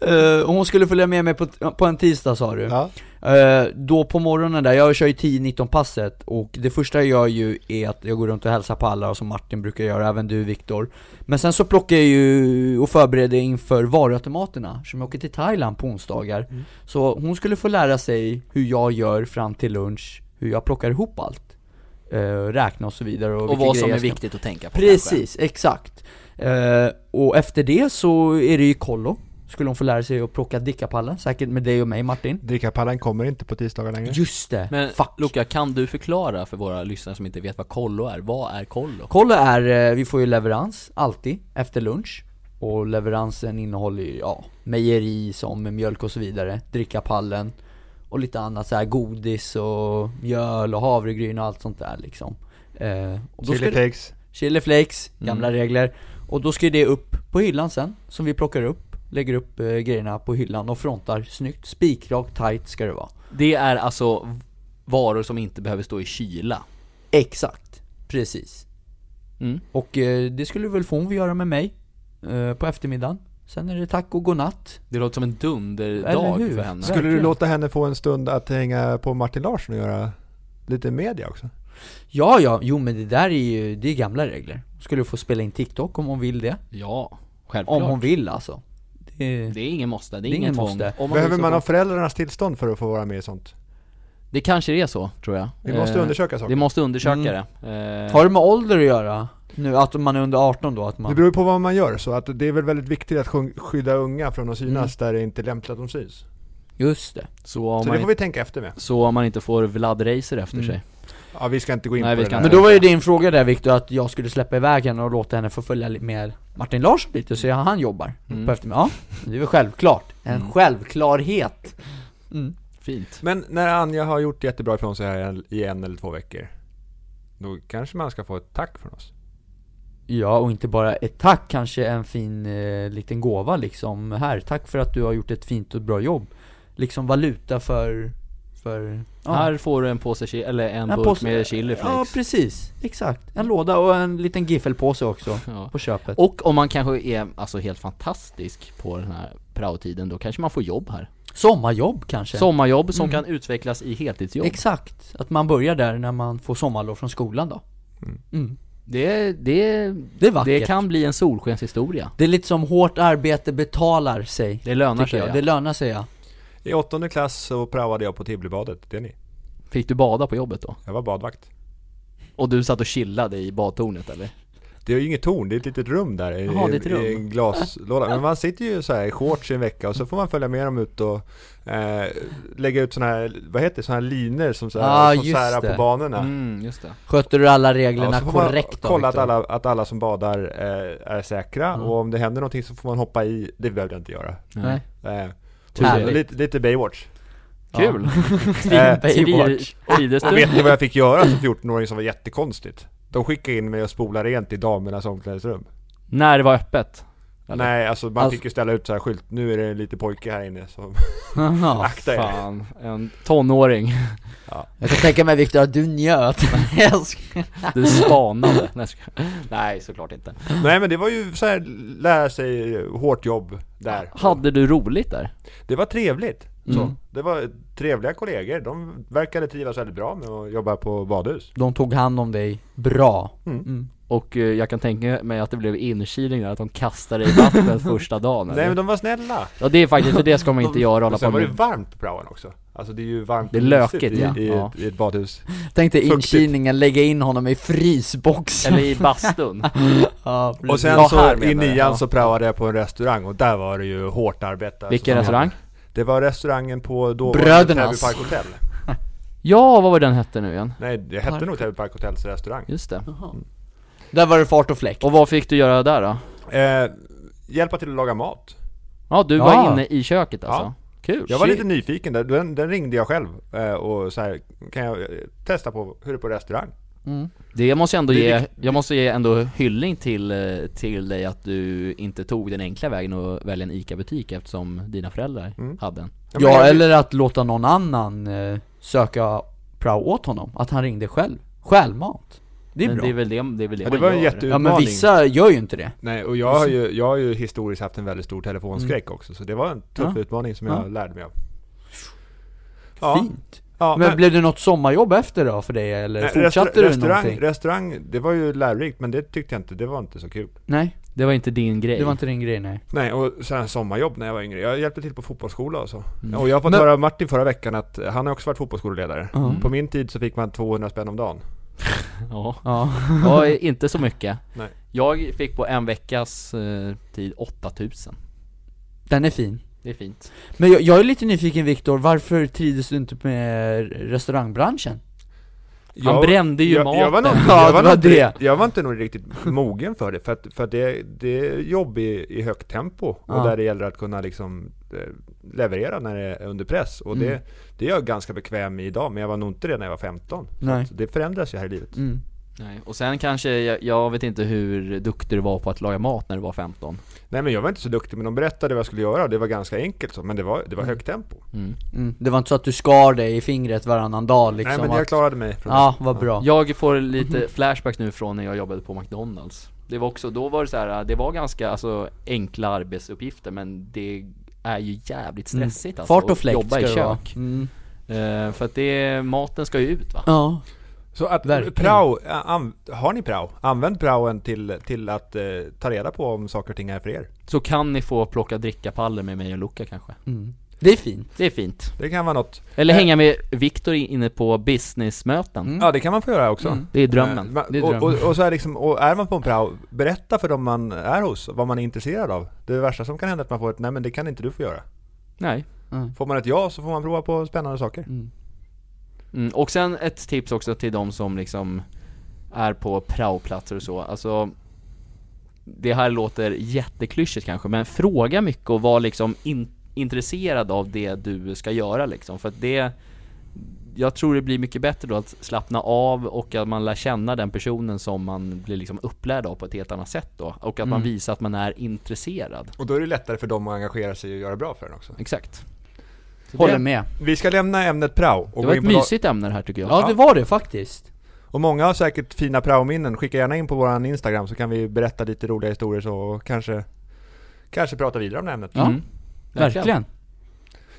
eh, hon skulle följa med mig på, t- på en tisdag sa du?
Ja.
Eh, då på morgonen där, jag kör ju 10-19 passet och det första jag gör ju är att jag går runt och hälsar på alla och som Martin brukar göra, även du Viktor Men sen så plockar jag ju och förbereder inför varuautomaterna, som jag åker till Thailand på onsdagar
Mm.
Så hon skulle få lära sig hur jag gör fram till lunch, hur jag plockar ihop allt Eh, Räkna och så vidare och,
Och
vilka
vad
grejer
som är
jag ska-
viktigt att tänka på kanske.
Precis, exakt. Eh, och efter det så är det ju kollo. Skulle hon få lära sig att plocka dickapallen, säkert med dig och mig Martin.
Drickapallen kommer inte på tisdagar längre.
Just det,
Men
fuck.
Luca, kan du förklara för våra lyssnare som inte vet vad kollo är? Vad är kollo?
Kollo är, eh, vi får ju leverans, alltid, efter lunch. Och leveransen innehåller ju, ja, mejeri som mjölk och så vidare, drickapallen och lite annat så här godis och mjöl och havregryn och allt sånt där liksom. Eh, och då ska
Chili
det-
Pigs.
Chili flakes, gamla regler. Och då ska ju det upp på hyllan sen, som vi plockar upp, lägger upp eh, grejerna på hyllan och frontar snyggt, spikrakt, tight ska det vara.
Det är alltså v- varor som inte behöver stå i kyla.
Exakt, precis.
Mm.
Och eh, det skulle väl få hon göra med mig eh, på eftermiddagen. Sen är det tack och godnatt.
Det låter som en
Eller
dunderdag
hur?
för henne.
Ska-
Skulle du
Verkligen.
låta henne få en stund att hänga på Martin Larsson och göra lite media också?
Ja, ja, jo men det där är ju, det är gamla regler. Skulle få spela in TikTok om hon vill det.
Ja, självklart.
Om hon vill alltså. Det,
Det är ingen måste, det är,
Det är
ingen
ingen
tvång.
måste.
Om
Behöver
vill så
man ha
får-
föräldrarnas tillstånd för att få vara med i sånt?
Det kanske är så, tror jag.
Vi måste
Eh,
undersöka saker.
Vi måste undersöka
Mm.
det. Eh,
har det med ålder att göra? Nu, att man är under 18 då, att
Det
man...
beror ju på vad man gör, så att det är väl väldigt viktigt att sjung- skydda unga från att synas där det inte är lämpligt att de syns.
Just det.
så, om
Så
Mm. man,
det får vi tänka efter med.
så om man inte får Vlad Racer efter
Mm.
sig.
Ja, vi ska inte gå in
Nej,
på
vi
det
ska
där.
Men då var ju din fråga där Viktor, att jag skulle släppa iväg henne och låta henne få följa lite mer Martin Larsson lite och se hur han jobbar
Mm.
på eftermiddagen. Ja, det är väl självklart. En självklarhet. Mm.
Fint.
Men när Anja har gjort jättebra ifrån sig här i en- i en eller två veckor, då kanske man ska få ett tack från oss.
Ja, och inte bara ett tack, kanske en fin eh, liten gåva liksom. Här, tack för att du har gjort ett fint och bra jobb. Liksom valuta för, för, ja.
Här får du en påse, chi- eller en, burk
påse-
med chili
Ja,
flakes.
precis. Exakt. En låda och en liten giffelpåse också,
Ja.
på köpet.
Och om man kanske är alltså helt fantastisk på den här praotiden, då kanske man får jobb här.
Sommarjobb kanske?
Sommarjobb som kan utvecklas i heltidsjobb.
Exakt, att man börjar där när man får sommarlov från skolan då. Mm.
Det, det,
Det är vackert.
det kan bli en solskenshistoria.
Det är lite som hårt arbete betalar sig.
Det lönar
tycker
sig,
jag.
ja.
Det lönar sig ja.
I åttonde klass så praoade jag på Tibblebadet, det är ni.
Fick du bada på jobbet då?
Jag var badvakt.
Och du satt och chillade i badtornet eller?
Det är ju inget torn, det är ett litet rum där i,
Jaha, det är ett
i,
rum.
i en glaslåda. Men man sitter ju så här i shorts i en vecka och så får man följa med dem ut och eh, lägga ut sådana här, vad heter det, sådana här linor som så här,
Ah,
som
just
särar
det.
på banorna.
Mm, just det.
Sköter du alla reglerna
Ja, så får man
korrekt då, liksom?
kolla att
Viktor?
alla, att alla som badar eh, är säkra
Mm.
och om det händer någonting så får man hoppa i, det behöver jag inte göra.
Nej.
Eh,
Härligt.
och lite, lite Baywatch.
Kul!
Eh,
Baywatch.
och vet
Friidrotstund.
ni vad jag fick göra som 14-åring som var jättekonstigt? De skickade in mig och spola rent i damernas omklädningsrum.
När det var öppet. Eller?
Nej, alltså man
Alltså-
fick ju ställa ut så här skylt, nu är det lite pojke här inne så
Jaha.
akta er.
Fan, en tonåring.
Jag kan tänka mig Viktor att du njöt. Jag skojar.
Du spanade. Nej, jag skojar. Nej, såklart inte.
Nej men det var ju så här, lära sig hårt jobb där.
Hade du roligt där?
Det var trevligt. Så.
Mm.
Det var trevliga kollegor, de verkade trivas väldigt bra med att jobba på badhus.
De tog hand om dig bra.
Mm.
Och eh, jag kan tänka mig att det blev inkilning där, att de kastade dig i vattnet första dagen eller?
Nej men de var snälla!
Ja det är faktiskt, för det ska man inte göra hålla
Och
på
sen var det
med
varmt på praoen också. Alltså det är ju varmt
Det är
och mysigt
lökigt,
i,
ja.
i,
Ja. Mm.
Ett, i ett badhus.
Tänk dig
Fuktigt.
inkilningen, lägga in honom i frysboxen.
Eller i bastun
Alltså,
Ja,
Och sen
Ja, här
så
menar
i
jag,
nian
ja.
så praoade jag på en restaurang och där var det ju hårt arbete. alltså,
Vilken
som
restaurang?
hände. Det var restaurangen på då
Brödernas.
Täby Park Hotel.
Ja, vad var den hette nu igen?
Nej det hette nog Täby Park Hotels restaurang.
Just det
Där var det fart och fläkt.
Och vad fick du göra där då?
Eh, hjälpa till att laga mat.
Ja du
Ja.
var inne i köket alltså?
Ja.
Kul!
Jag var
Shit.
lite nyfiken där, den, den ringde jag själv eh, och så här, kan jag eh, testa på hur det är på restaurang?
Det måste jag ändå
Det är
ge,
vikt-
jag måste ge ändå hyllning till, eh, till dig att du inte tog den enkla vägen och välja en ICA-butik eftersom dina föräldrar
Mm.
hade en
Ja, men
Ja,
jag-
eller att låta någon annan eh, söka prao åt honom. Att han ringde själv. Självmant. Det är
Men
bra.
det är väl det, det, är väl det
Ja, det
man
var en
gör.
Ja
jätteutmaning.
men vissa gör ju inte det.
Nej, och jag har, ju, jag har ju historiskt haft en väldigt stor telefonskräck också, så det var en tuff
Mm. Ja.
utmaning som
Ja.
jag lärde mig av. Ja,
Fint.
ja,
men,
men-
blev det något sommarjobb efter då för dig eller
Nej,
fortsatte
restaur-
du
restaurang,
någonting?
restaurang, det var ju lärorikt men det tyckte jag inte, det var inte så kul.
Nej,
Det var inte din grej
det var inte din grej nej.
Nej, och sen sommarjobb när jag var yngre. Jag hjälpte till på fotbollsskola och så. Och jag har fått
Mm. Men-
höra av Martin förra veckan att han har också varit fotbollsskoleledare.
Mm.
På min tid så fick man 200 spänn om dagen.
Ja,
Ja.
ja inte så mycket
Nej.
Jag fick på en veckas eh, tid 8000
Den är fin.
Det är fint
Men jag, jag är lite nyfiken Viktor, varför trivdes du inte med restaurangbranschen?
Han brände ju
jag, Jag var, nog,
maten.
Ja,
jag,
det var
var nog inte,
det.
jag var inte nog riktigt mogen för det, för, att, för att det, det är jobb i, i högt tempo och
Ja.
där det gäller att kunna liksom eh, leverera när det är under press. Och
Mm.
det, det är jag ganska bekväm i idag, men jag var nog inte det när jag var 15. Så
Nej.
att det förändras ju här i livet.
Mm.
Nej, och sen kanske, jag, jag vet inte hur duktig du var på att laga mat när du var 15
Nej men jag var inte så duktig, men de berättade vad jag skulle göra och det var ganska enkelt så, men det var, det var högt tempo.
Mm. Det var inte så att du skar dig i fingret varannan dag liksom?
Nej men jag
att...
klarade mig från
Ja, vad bra.
Jag får lite flashbacks nu från när jag jobbade på McDonalds Det var också, då var det så här, det var ganska alltså, enkla arbetsuppgifter men det är ju jävligt
Mm.
stressigt alltså,
Fart och
att
fläkt
jobba i
ska det vara.
kök
Mm.
eh, För att det, maten ska ju ut va?
Ja.
det. Så att
Verkligen.
prao, ä, an, har ni prao? Använd praoen till, till att eh, ta reda på om saker och ting är för er.
Så kan ni få plocka drickapallar med mig och Luca kanske.
Mm. Det är fint.
Det är fint.
Det kan vara något.
Eller
Eh.
hänga med Viktor inne på businessmöten.
Mm.
Ja, det kan man få göra också.
Mm.
Det är drömmen.
Eh, man-
Det är
och,
drömmen.
och, och, så är liksom, och är man på en prao, berätta för dem man är hos vad man är intresserad av. Det värsta som kan hända är att man får ett nej men det kan inte du få göra.
Nej.
Får man ett ja så får man prova på spännande saker.
Mm.
Mm. Och sen ett tips också till de som liksom är på praoplatser och så. Alltså, det här låter jätteklyschigt kanske, men fråga mycket och var liksom in, intresserad av det du ska göra liksom. För att det, jag tror det blir mycket bättre då att slappna av och att man lär känna den personen som man blir liksom upplärd av på ett helt annat sätt då. Och att man visar att man är intresserad.
Och då är det lättare för dem att engagera sig och göra bra för en också.
Exakt.
Håller med.
Vi ska lämna ämnet prao och
Det
gå
var
in
ett
på da-
mysigt ämne det här tycker jag.
Ja, det var det faktiskt.
Och många har säkert fina praominnen. Skicka gärna in på våran Instagram så kan vi berätta lite roliga historier så och kanske Kanske prata vidare om det ämnet.
Ja.
Mm.
Verkligen.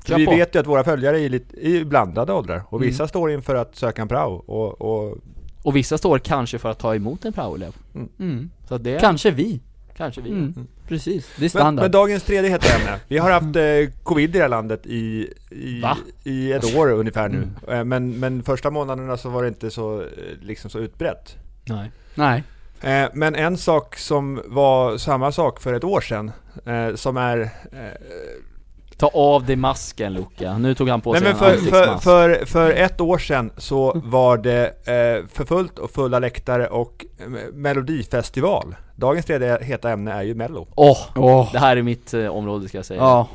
För
Kör
vi
på. Mm.
vet ju att våra följare är lite, i blandade åldrar och vissa står inför att söka en prao och, och
Och vissa står kanske för att ta emot en praoelev.
Mm.
Så att det
Kanske vi.
kanske vi.
Mm. Precis. Det är
men, men
standard.
dagens tredje heta ämne. Vi har haft eh, covid i det här landet i, i,
Va? Mm.
i ett år ungefär nu. Eh, Men, men första månaderna så var det inte så, eh, liksom så utbrett.
Nej.
Nej.
Eh, Men en sak som var samma sak för ett år sedan, eh, som är
Ta av dig masken Luca. Nu tog han på sig
Nej men
en
för, för,
ansiktsmask.
för, för ett år sedan så var det eh, för fullt och fulla läktare och eh, melodifestival. Dagens tredje heta ämne är ju mello.
Åh!
Åh.
Det här är mitt eh, område ska jag säga.
Ja.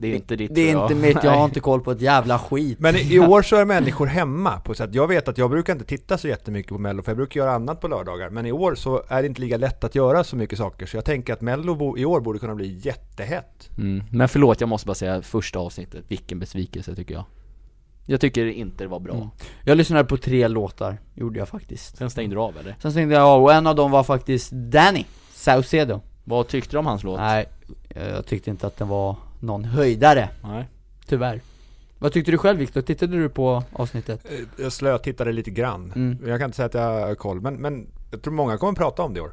Det är inte ditt
Det är
tror
inte
jag.
mitt, jag har
Nej.
inte koll på ett jävla skit.
Men i, i år så är människor hemma på ett sätt. Jag vet att jag brukar inte titta så jättemycket på mello för jag brukar göra annat på lördagar. Men i år så är det inte lika lätt att göra så mycket saker så jag tänker att mello bo, i år borde kunna bli jättehett.
Mm. Men förlåt, jag måste bara säga första avsnittet, vilken besvikelse tycker jag. Jag tycker inte det var bra.
Mm. Jag lyssnade på tre låtar, gjorde jag faktiskt.
Sen stängde du av eller?
Sen tänkte jag, ja, och en av dem var faktiskt Danny Saucedo.
Vad tyckte du om hans låt?
Nej, jag tyckte inte att den var någon höjdare,
Nej.
tyvärr. Vad tyckte du själv Viktor? Tittade du på avsnittet?
Eh, Jag slötittade lite grann.
Mm.
Jag kan inte säga att jag har koll men, men jag tror många kommer prata om det i år.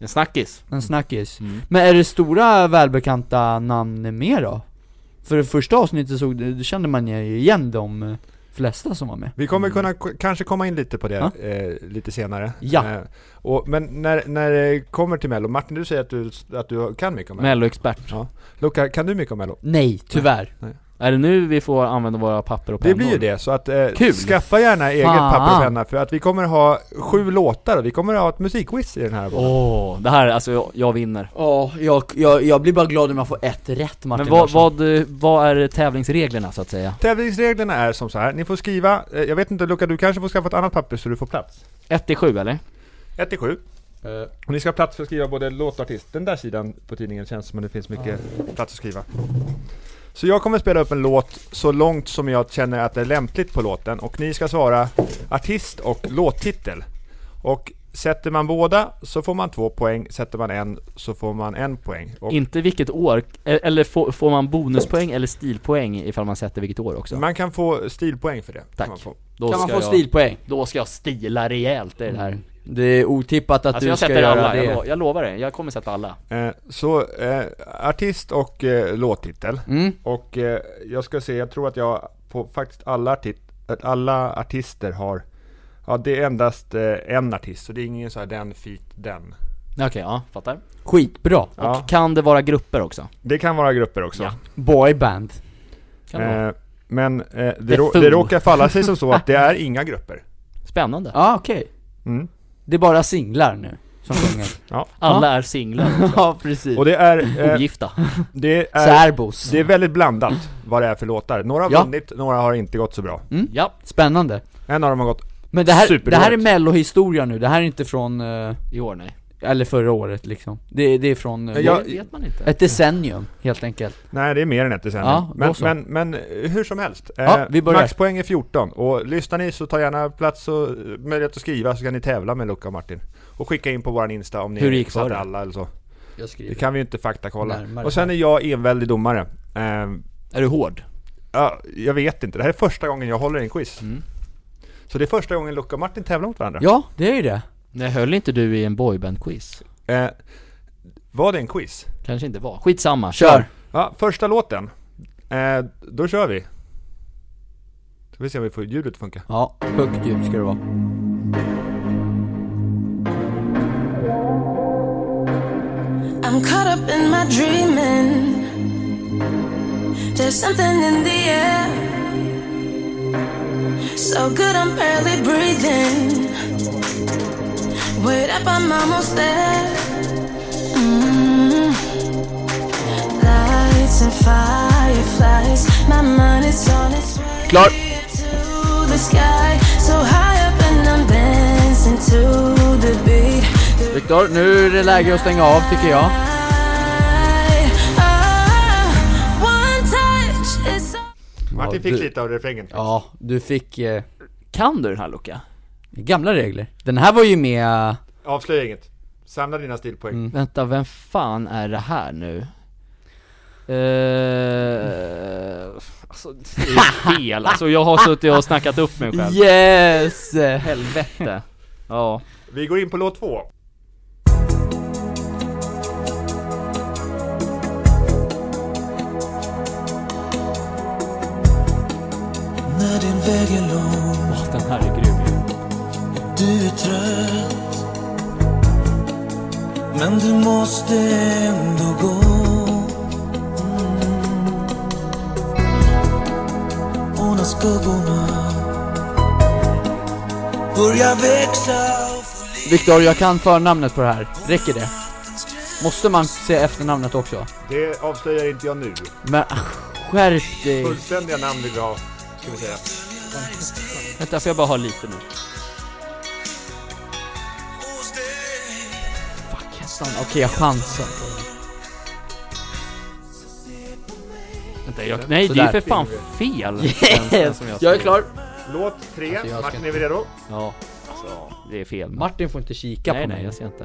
En snackis.
En snackis.
Mm.
Men är det stora välbekanta namn med då? För det första avsnittet såg det, då kände man ju igen de eh, flesta som var med.
Vi kommer kunna k- kanske komma in lite på det
Ja.
eh, lite senare.
Ja.
Eh, och, men när, när det kommer till Mello, Martin du säger att du, att du kan mycket om Mello.
Melloexpert.
ja. Luca, kan du mycket om Mello?
Nej, tyvärr.
Är det nu vi får använda våra papper och
Det
pennor?
blir ju det, så att eh,
Kul.
skaffa gärna eget
Fan.
papper och penna för att vi kommer ha sju låtar och vi kommer ha ett musikquiz i den här podden.
Åh, det här, alltså jag, jag vinner.
Ja, jag, jag, jag blir bara glad om jag får ett rätt Martin
Men vad,
Larsson.
vad, eh, vad är tävlingsreglerna så att säga?
Tävlingsreglerna är som så här, ni får skriva, eh, jag vet inte Luca, du kanske får skaffa ett annat papper så du får plats.
1 till 7 eller?
1 till 7. Och Eh, ni ska ha plats för att skriva både låt och artist. Den där sidan på tidningen känns som att det finns mycket plats att skriva. Så jag kommer spela upp en låt så långt som jag känner att det är lämpligt på låten och ni ska svara artist och låttitel. Och sätter man båda så får man två poäng, sätter man en så får man en poäng. Och
Inte vilket år, e- eller får, får man bonuspoäng eller stilpoäng ifall man sätter vilket år också?
man kan få stilpoäng för det. Kan
Tack.
man få.
Då
Kan man
ska
få
jag,
stilpoäng?
Då ska jag stila rejält i det här.
Det är otippat Mm. att
Alltså
du
jag
ska
sätter
göra
alla,
det.
jag, lo, jag lovar det. Jag kommer sätta alla.
Eh, så eh, artist och eh, låttitel.
Mm.
Och eh, jag ska se, jag tror att jag på faktiskt alla, arti- att alla artister har Ja det är endast eh, en artist, så det är ingen så här den, fit, den.
Okej, ja, fattar.
Skitbra.
Ja,
Och kan det vara grupper också?
det kan vara grupper också.
Ja,
Boyband.
Kan det vara.
eh, men eh, det, rå-
Foo.
det råkar falla sig som så att det är inga grupper.
Spännande.
Ja, okej.
Mm.
Det är bara singlar nu som sjunger.
Alla är singlar,
ja, precis.
Och det är, eh,
ogifta.
det, är
Särbos.
Äh, det är väldigt blandat vad det är för låtar. Några har
Ja.
vunnit, några har inte gått så bra.
ja,
Spännande.
En av dem har gått
Men det här, det här är
Superdåligt.
mellohistoria nu, det här är inte från, eh,
i år nej.
eller förra året liksom. Det, det är från eh,
Men jag-
det vet man inte.
ett decennium, helt enkelt.
Nej, det är mer än ett decennium.
Ja, då
men,
så.
men, men eh, hur som helst.
Ja,
Eh,
vi börjar.
Maxpoäng är 14 och lyssnar ni så ta gärna plats och eh, möjlighet att skriva så kan ni tävla med Luca och Martin. Och skicka in på våran Insta om ni
Hur det gick
satte
för er.
alla eller så.
Jag
Det
skriver.
kan vi ju inte faktakolla.
Närmare.
Och sen är jag enväldig domare. Eh,
Är du hård?
ja, jag vet inte, det här är första gången jag håller i en quiz. Så det är första gången Luca och Martin tävlar mot varandra.
Mm. Ja, det är ju det.
Nej, höll inte du i en boyband-quiz?
Eh, var det en quiz?
Kanske inte var. Skitsamma,
Kör!
Ja, första låten. Eh, då kör vi. Ska vi se om vi får ljudet att funka.
Ja, högt ljud ska det vara.
I'm caught up in my dreaming. There's something in the air. So good, I'm barely breathing. Wait up, I'm almost there. Mm. Lights and fireflies. My mind is on its way
Klar.
up to the sky. So high up, and I'm dancing to the beat. The
Viktor, nu är det er läge att stänga av tycker jag.
Martin
Ja,
fick
du-
lite av refrängen.
Ja, du fick eh,
Kan du den här Luca?
gamla regler. Den här var ju med... eh,
Avslöja inget. Samla dina stilpoäng.
Mm.
Vänta, vem fan är det här nu? Uh, alltså, det är fel. Alltså jag har suttit och snackat upp mig själv.
Yes!
Helvete. Ja.
Vi går in på låt två.
När din väg är lång,
Åh, den här är grym ju.
du är trött Men du måste ändå gå Mm. Och när skuggorna börjar växa och
Viktor, jag kan förnamnet på det här. Räcker det? Måste man se efternamnet också?
Det avslöjar inte jag nu.
Men ah, skärp dig!
Fullständiga namn vill vi ha, ska vi säga.
Vänta, får jag bara ha lite nu?
Fuck, jag stannar. Okej, jag chansar på det.
Vänta, jag, nej det är
Sådär.
ju för fan fel. Den- den som
Jag
skrev.
är klar.
Låt tre.
Alltså, jag ska
Martin,
inte-
är vi redo?
Ja. Alltså, det är fel.
Martin får inte kika
Nej
på
nej,
mig.
jag ser inte.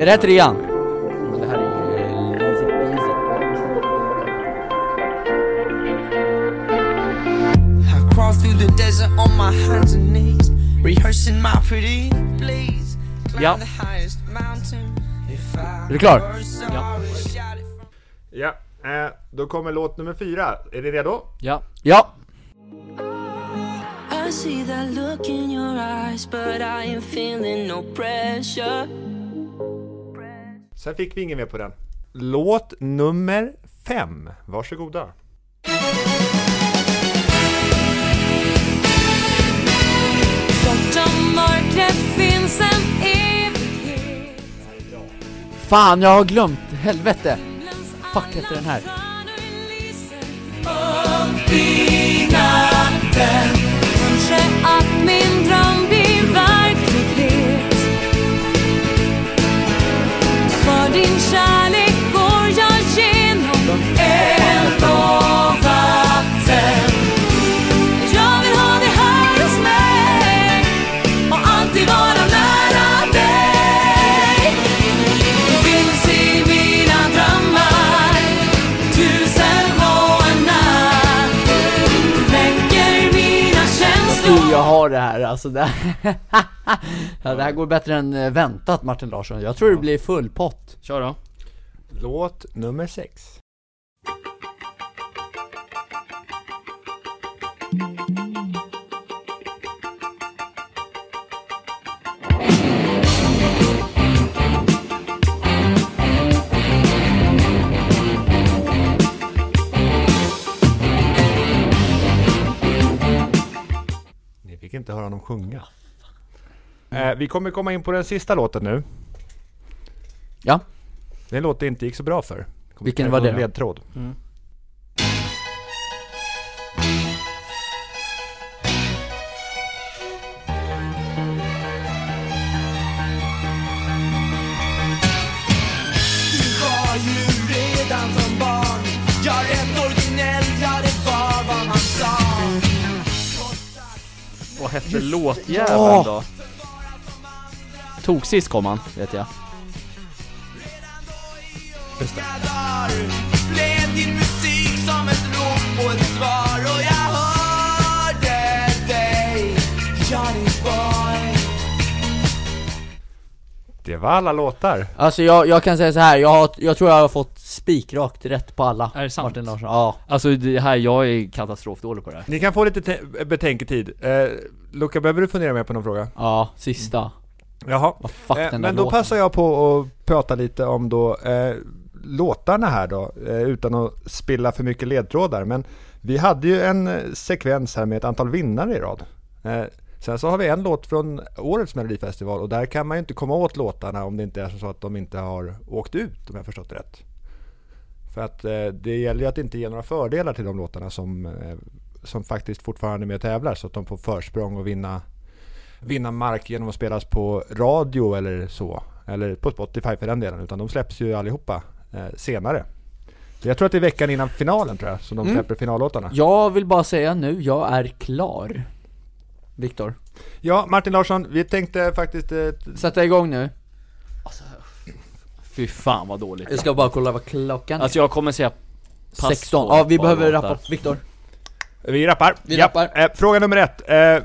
Är det här trean?
Men det här är ju... Easy peasy.
I crawl through the desert on my hands and knees, rehearsing my pretty please. Climb
Yep.
the highest mountain. If I
Är du klar?
were sorry, shout it from
Ja. Eh, då kommer låt nummer fyra. Är ni redo?
Ja.
Ja.
I see that look in your eyes, but I ain't feeling no pressure.
Sen fick vi ingen mer på den. Låt nummer fem. Varsågoda.
Bortom mörkret finns en evighet
Fan, jag har glömt. Helvete. Fuck, heter den här?
Kanske att min dröm blir verklighet För din kärlek går jag genom eld och vatten Jag vill ha dig här hos mig och alltid vara nära dig Du finns i mina drömmar tusen och en natt Väcker mina känslor
Jo, jag har det här alltså. Det här, ja, det här går bättre än eh, väntat Martin Larsson. Jag tror det blir full pott.
Kör då.
Låt nummer sex. Ni fick inte höra honom sjunga. Eh, vi kommer komma in på den sista låten nu.
Ja.
Det är en låt det inte gick så bra för. Kommer
Vilken var
kanske
det
någon
då?
Ledtråd.
Du var ju redan som barn. Jag är originell, ja det var vad man sa.
Vad hette låtjäveln
ja.
då? Toxis kom han, vet jag.
Radar. Blev din musik som ett rop på ett svar och jag hörde dig.
Det var alla låtar.
Alltså jag, jag kan säga så här. jag, har, jag tror jag har fått spikrakt rätt på alla
Är det sant?
Martin Larsson, ja
Alltså det här, jag är katastrofdålig på det här.
Ni kan få lite te- betänketid. Eh, Luca, behöver du fundera mer på någon fråga?
Ja, sista
Jaha.
Vad fuck den
Eh,
där
men då
låten.
passar jag på att prata lite om då eh, låtarna här då, eh, utan att spilla för mycket ledtrådar. Men vi hade ju en eh, sekvens här med ett antal vinnare i rad. Eh, sen så har vi en låt från årets melodifestival och där kan man ju inte komma åt låtarna om det inte är så att de inte har åkt ut, om jag förstått det rätt. För att eh, det gäller ju att inte ge några fördelar till de låtarna som, eh, som faktiskt fortfarande är med och tävlar så att de får försprång och vinna vinna mark genom att spelas på radio eller så. Eller på Spotify för den delen, utan de släpps ju allihopa eh, senare. Så jag tror att det är veckan innan finalen tror jag, som
Mm.
de släpper finallåtarna.
Jag vill bara säga nu, jag är klar Viktor,
Ja, Martin Larsson, vi tänkte faktiskt... Eh,
sätta igång nu
Fy fan vad dåligt.
Jag ska bara kolla vad klockan är
Alltså jag kommer säga pass
16,
på
ja vi
ett par
behöver
låtar.
rappa, Viktor
vi rappar!
Vi
Ja.
rappar.
Eh, fråga nummer ett. Eh,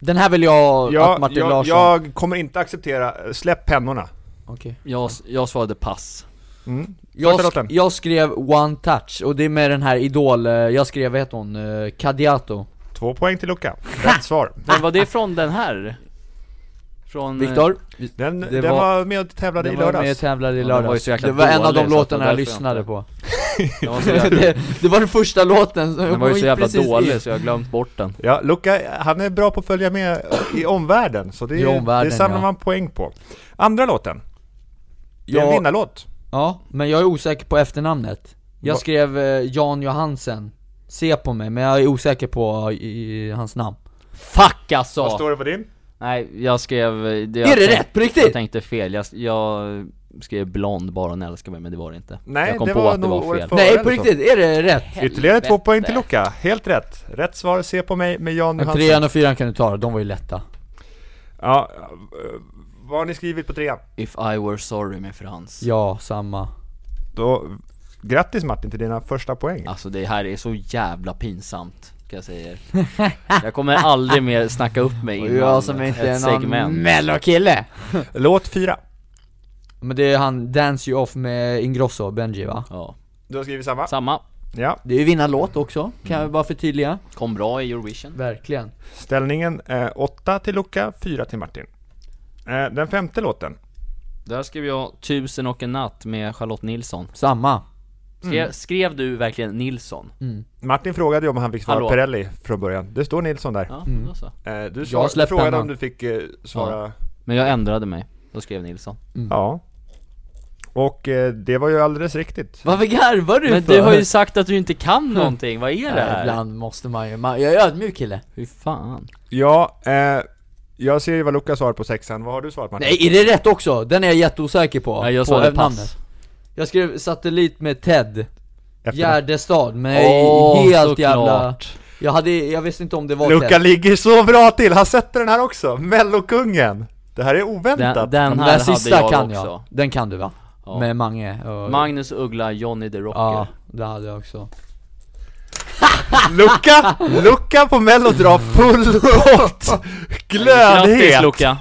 Den här vill jag att
jag,
Martin
jag,
Larsson
jag kommer inte acceptera, eh, släpp pennorna.
Okej.
Jag, jag svarade pass.
Ah,
Mm.
jag,
Första
sk-
låten.
jag skrev One Touch, och det är med den här idol, eh, jag skrev, vad heter hon, eh, Kadiato
Två poäng till Luca. Rätt svar.
Men var det från den här? Från... eh,
ah. Viktor,
Den,
Det
den
var-
var, med och tävlade i
den var med och
lördags.
tävlade i
Ja, den var ju
lördags
så jäkla
Det var en av
dålig,
de
så att
låtarna
det var
jag
därför jag
lyssnade
inte-
på
den var så jävla-
det, det var den första låten som
Den var ju
gick
så jävla
precis in.
dålig så jag har glömt bort den.
Ja, Luca, han är bra på att följa med i omvärlden, så det,
I omvärlden,
det samlar
ja.
man poäng på. Andra låten. Det är en
Ja.
vinnarlåt.
Ja, men jag är osäker på efternamnet Jag
Va-
skrev eh, Jan Johansen Se på mig, men jag är osäker på i, i, hans namn
Fuck
Vad
alltså!
står det på din?
Nej, jag skrev... eh, Det, jag
Är det
tänk-
rätt på riktigt?
Jag tänkte fel, jag, jag skrev blond bara hon älskar mig men det var det inte.
Nej,
jag kom
det
på
var
att det
nog
var
året
fel.
före.
Nej
eller
på
så?
riktigt, är det rätt?
Ytterligare två
Helvete.
poäng till Luca. Helt rätt. Rätt svar, se på mig med Jan
Men
Johansson.
trean och fyran kan du ta då, de var ju lätta
Ja, eh, vad har ni skrivit på trean?
If I were sorry med Frans.
Ja, samma
Då, grattis Martin till dina första poäng.
Alltså det här är så jävla pinsamt, kan jag säga er. Jag kommer aldrig mer snacka upp mig
Och
innan
jag som inte
ett
är någon
segment.
mellokille
Låt fyra.
Men det är han, Dance You Off med Ingrosso, Benji va?
Ja,
Du har skrivit samma?
samma.
Ja.
Det är ju vinnarlåt också, kan jag bara förtydliga
Kom bra i Eurovision.
Verkligen
Ställningen eh, åtta till Luca, fyra till Martin. Eh, den femte låten.
Där skrev jag 'Tusen och en natt' med Charlotte Nilsson.
Samma
Skrev,
Mm.
skrev du verkligen Nilsson?
Martin frågade ju om han fick svara
Hallå.
Perelli från början. Det står Nilsson där.
Ja,
Mm.
då så.
Eh, Du
Jag
svar,
släppte
frågade
henne.
om du fick eh, svara
Men jag ändrade mig. Då skrev Nilsson.
ja. Och eh, det var ju alldeles riktigt.
Varför garvar du
Men
för?
du har ju sagt att du inte kan någonting, vad är det
Mm. Nej,
här?
Ibland måste man ju, man, jag är ödmjuk kille
Fy fan.
Ja, eh, jag ser ju vad Luca svarar på sexan. Vad har du svarat Martin?
Nej, är det rätt också? Den är jag jätteosäker på,
Nej, jag
på
svarade
namnet.
pass.
Jag skrev satellit med Ted,
Efter-
Gärdestad, men jag
Åh,
är helt
såklart.
jävla... Jag hade, jag visste inte om det var
Luca
Ted
ligger så bra till! Han sätter den här också! Mellokungen! Det här är oväntat!
Den, den
Den
här
där
hade
sista
jag
kan
också.
jag, den kan du va?
Ja.
Med Mange och,
Magnus Uggla, Johnny the Rocker.
Ja, det hade jag också
Luca! Luca på mello drar full pott!
Grattis
Glödhet!
Luca!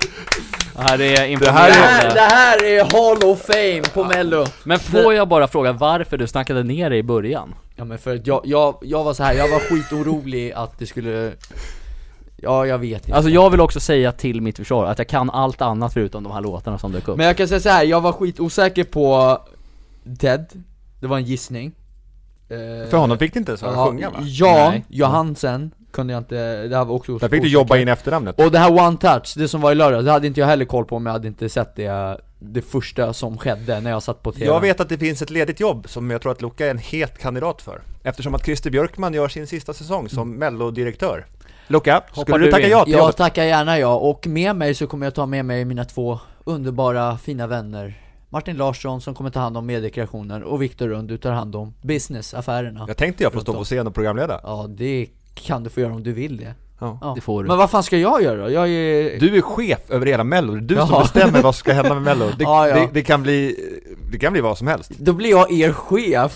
Det här är
Det
här, det
imponerande.
här är Hall of Fame på mello
Men får jag bara fråga varför du snackade ner dig i början?
Ja men för att jag, jag, jag var så här, jag var skitorolig att det skulle... Ja, jag vet inte
Alltså jag vill också säga till mitt försvar att jag kan allt annat förutom de här låtarna som dök upp.
Men jag kan säga så här, jag var skitosäker på Ted, det var en gissning Eh,
För honom fick det inte ens höra
ja,
sjunga va?
Ja,
Nej.
Johansen kunde jag inte, det här var också
Där fick du jobba in efternamnet.
Och det här one touch, det som var i lördags, det hade inte jag heller koll på om jag hade inte sett det, det första som skedde när jag satt på TV
Jag vet att det finns ett ledigt jobb som jag tror att Luca är en het kandidat för. Eftersom att Christer Björkman gör sin sista säsong som mellodirektör. Mm. Luca, skulle du,
du
tacka
in?
ja till
Jag
jobbet?
tackar gärna jag, och med mig så kommer jag ta med mig mina två underbara fina vänner Martin Larsson som kommer ta hand om mediekreationen och Viktor Rund, du tar hand om business, affärerna
Jag tänkte jag får stå på scen och programleda.
Ja det kan du få göra om du vill det
Ja.
Ja.
Det får du.
Men vad fan ska jag göra då? Jag är...
Du är chef över hela Mello, det är du som
Jaha.
bestämmer vad som ska hända med Mello. Det,
Ja, ja.
Det, det kan bli eh, Det kan bli vad som helst.
Då blir jag er chef!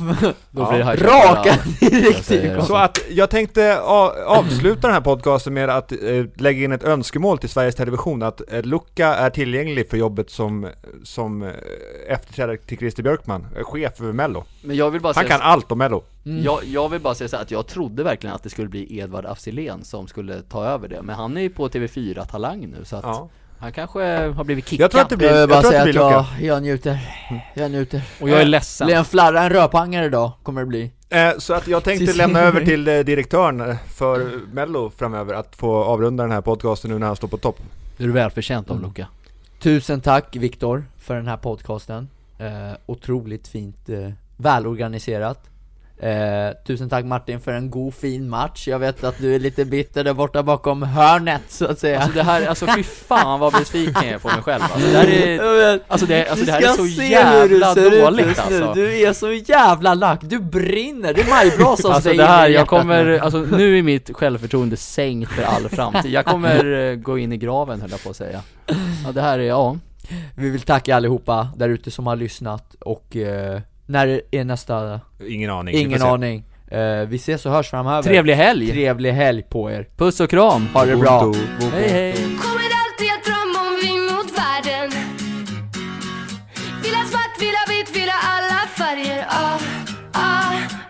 Då blir det High
Raka
Chaparral. Jag
direkt
säger
i
det.
Så att jag tänkte a- avsluta den här podcasten med att eh, lägga in ett önskemål till Sveriges Television att eh, Luca är tillgänglig för jobbet som, som eh, efterträdare till Christer Björkman, eh, chef över Mello.
Men Alltså, jag vill bara
Han
säga,
kan allt om Mello.
jag, jag vill bara säga så här att jag trodde verkligen att det skulle bli Edvard af Sillén som skulle ta över det Men han är ju på TV4 Talang nu så att
Ja.
han kanske har blivit kickad
Jag tror att det blir,
Jag vill
jag
bara
tror att
säga
det
att
blir Luca.
jag, jag njuter, jag njuter
Och jag är ledsen
Blir en flarra, en röpangare idag, kommer det bli
Eh, Så att jag tänkte
Sist-
lämna över till eh, direktören för Mello framöver att få avrunda den här podcasten nu när han står på topp.
Det är du välförtjänt av Luca
Tusen tack Viktor för den här podcasten eh, Otroligt fint, eh, välorganiserat eh, Tusen tack Martin för en god fin match Jag vet att du är lite bitter där borta bakom hörnet så att säga
Alltså det här, alltså fy fan vad besviken jag är på mig själv alltså, det här är, alltså det, alltså, det här är
Du
så
ska se hur du
jävla
ser ut
dåligt
just nu.
alltså
Du är så jävla lack, du brinner, det är majbrasa hos
Alltså
dig
det
in i
här, jag
hjärtat nu.
kommer, alltså nu är mitt självförtroende sänkt för all framtid Jag kommer eh, gå in i graven höll jag på att säga Ja det här är, ja
Vi vill tacka allihopa där ute som har lyssnat och eh, när är nästa?
Ingen aning. Vi
Ingen
får se.
aning Eh, Vi ses och hörs framöver
Trevlig helg!
Trevlig helg på er,
Puss och kram!
ha det bra!
Ubuntu, Ubuntu.
Hej hej!
Kommer alltid att drömma om vi mot världen Vill ha svart, vill ha vitt, vill ha alla färger Ah, Ah, ah, ah.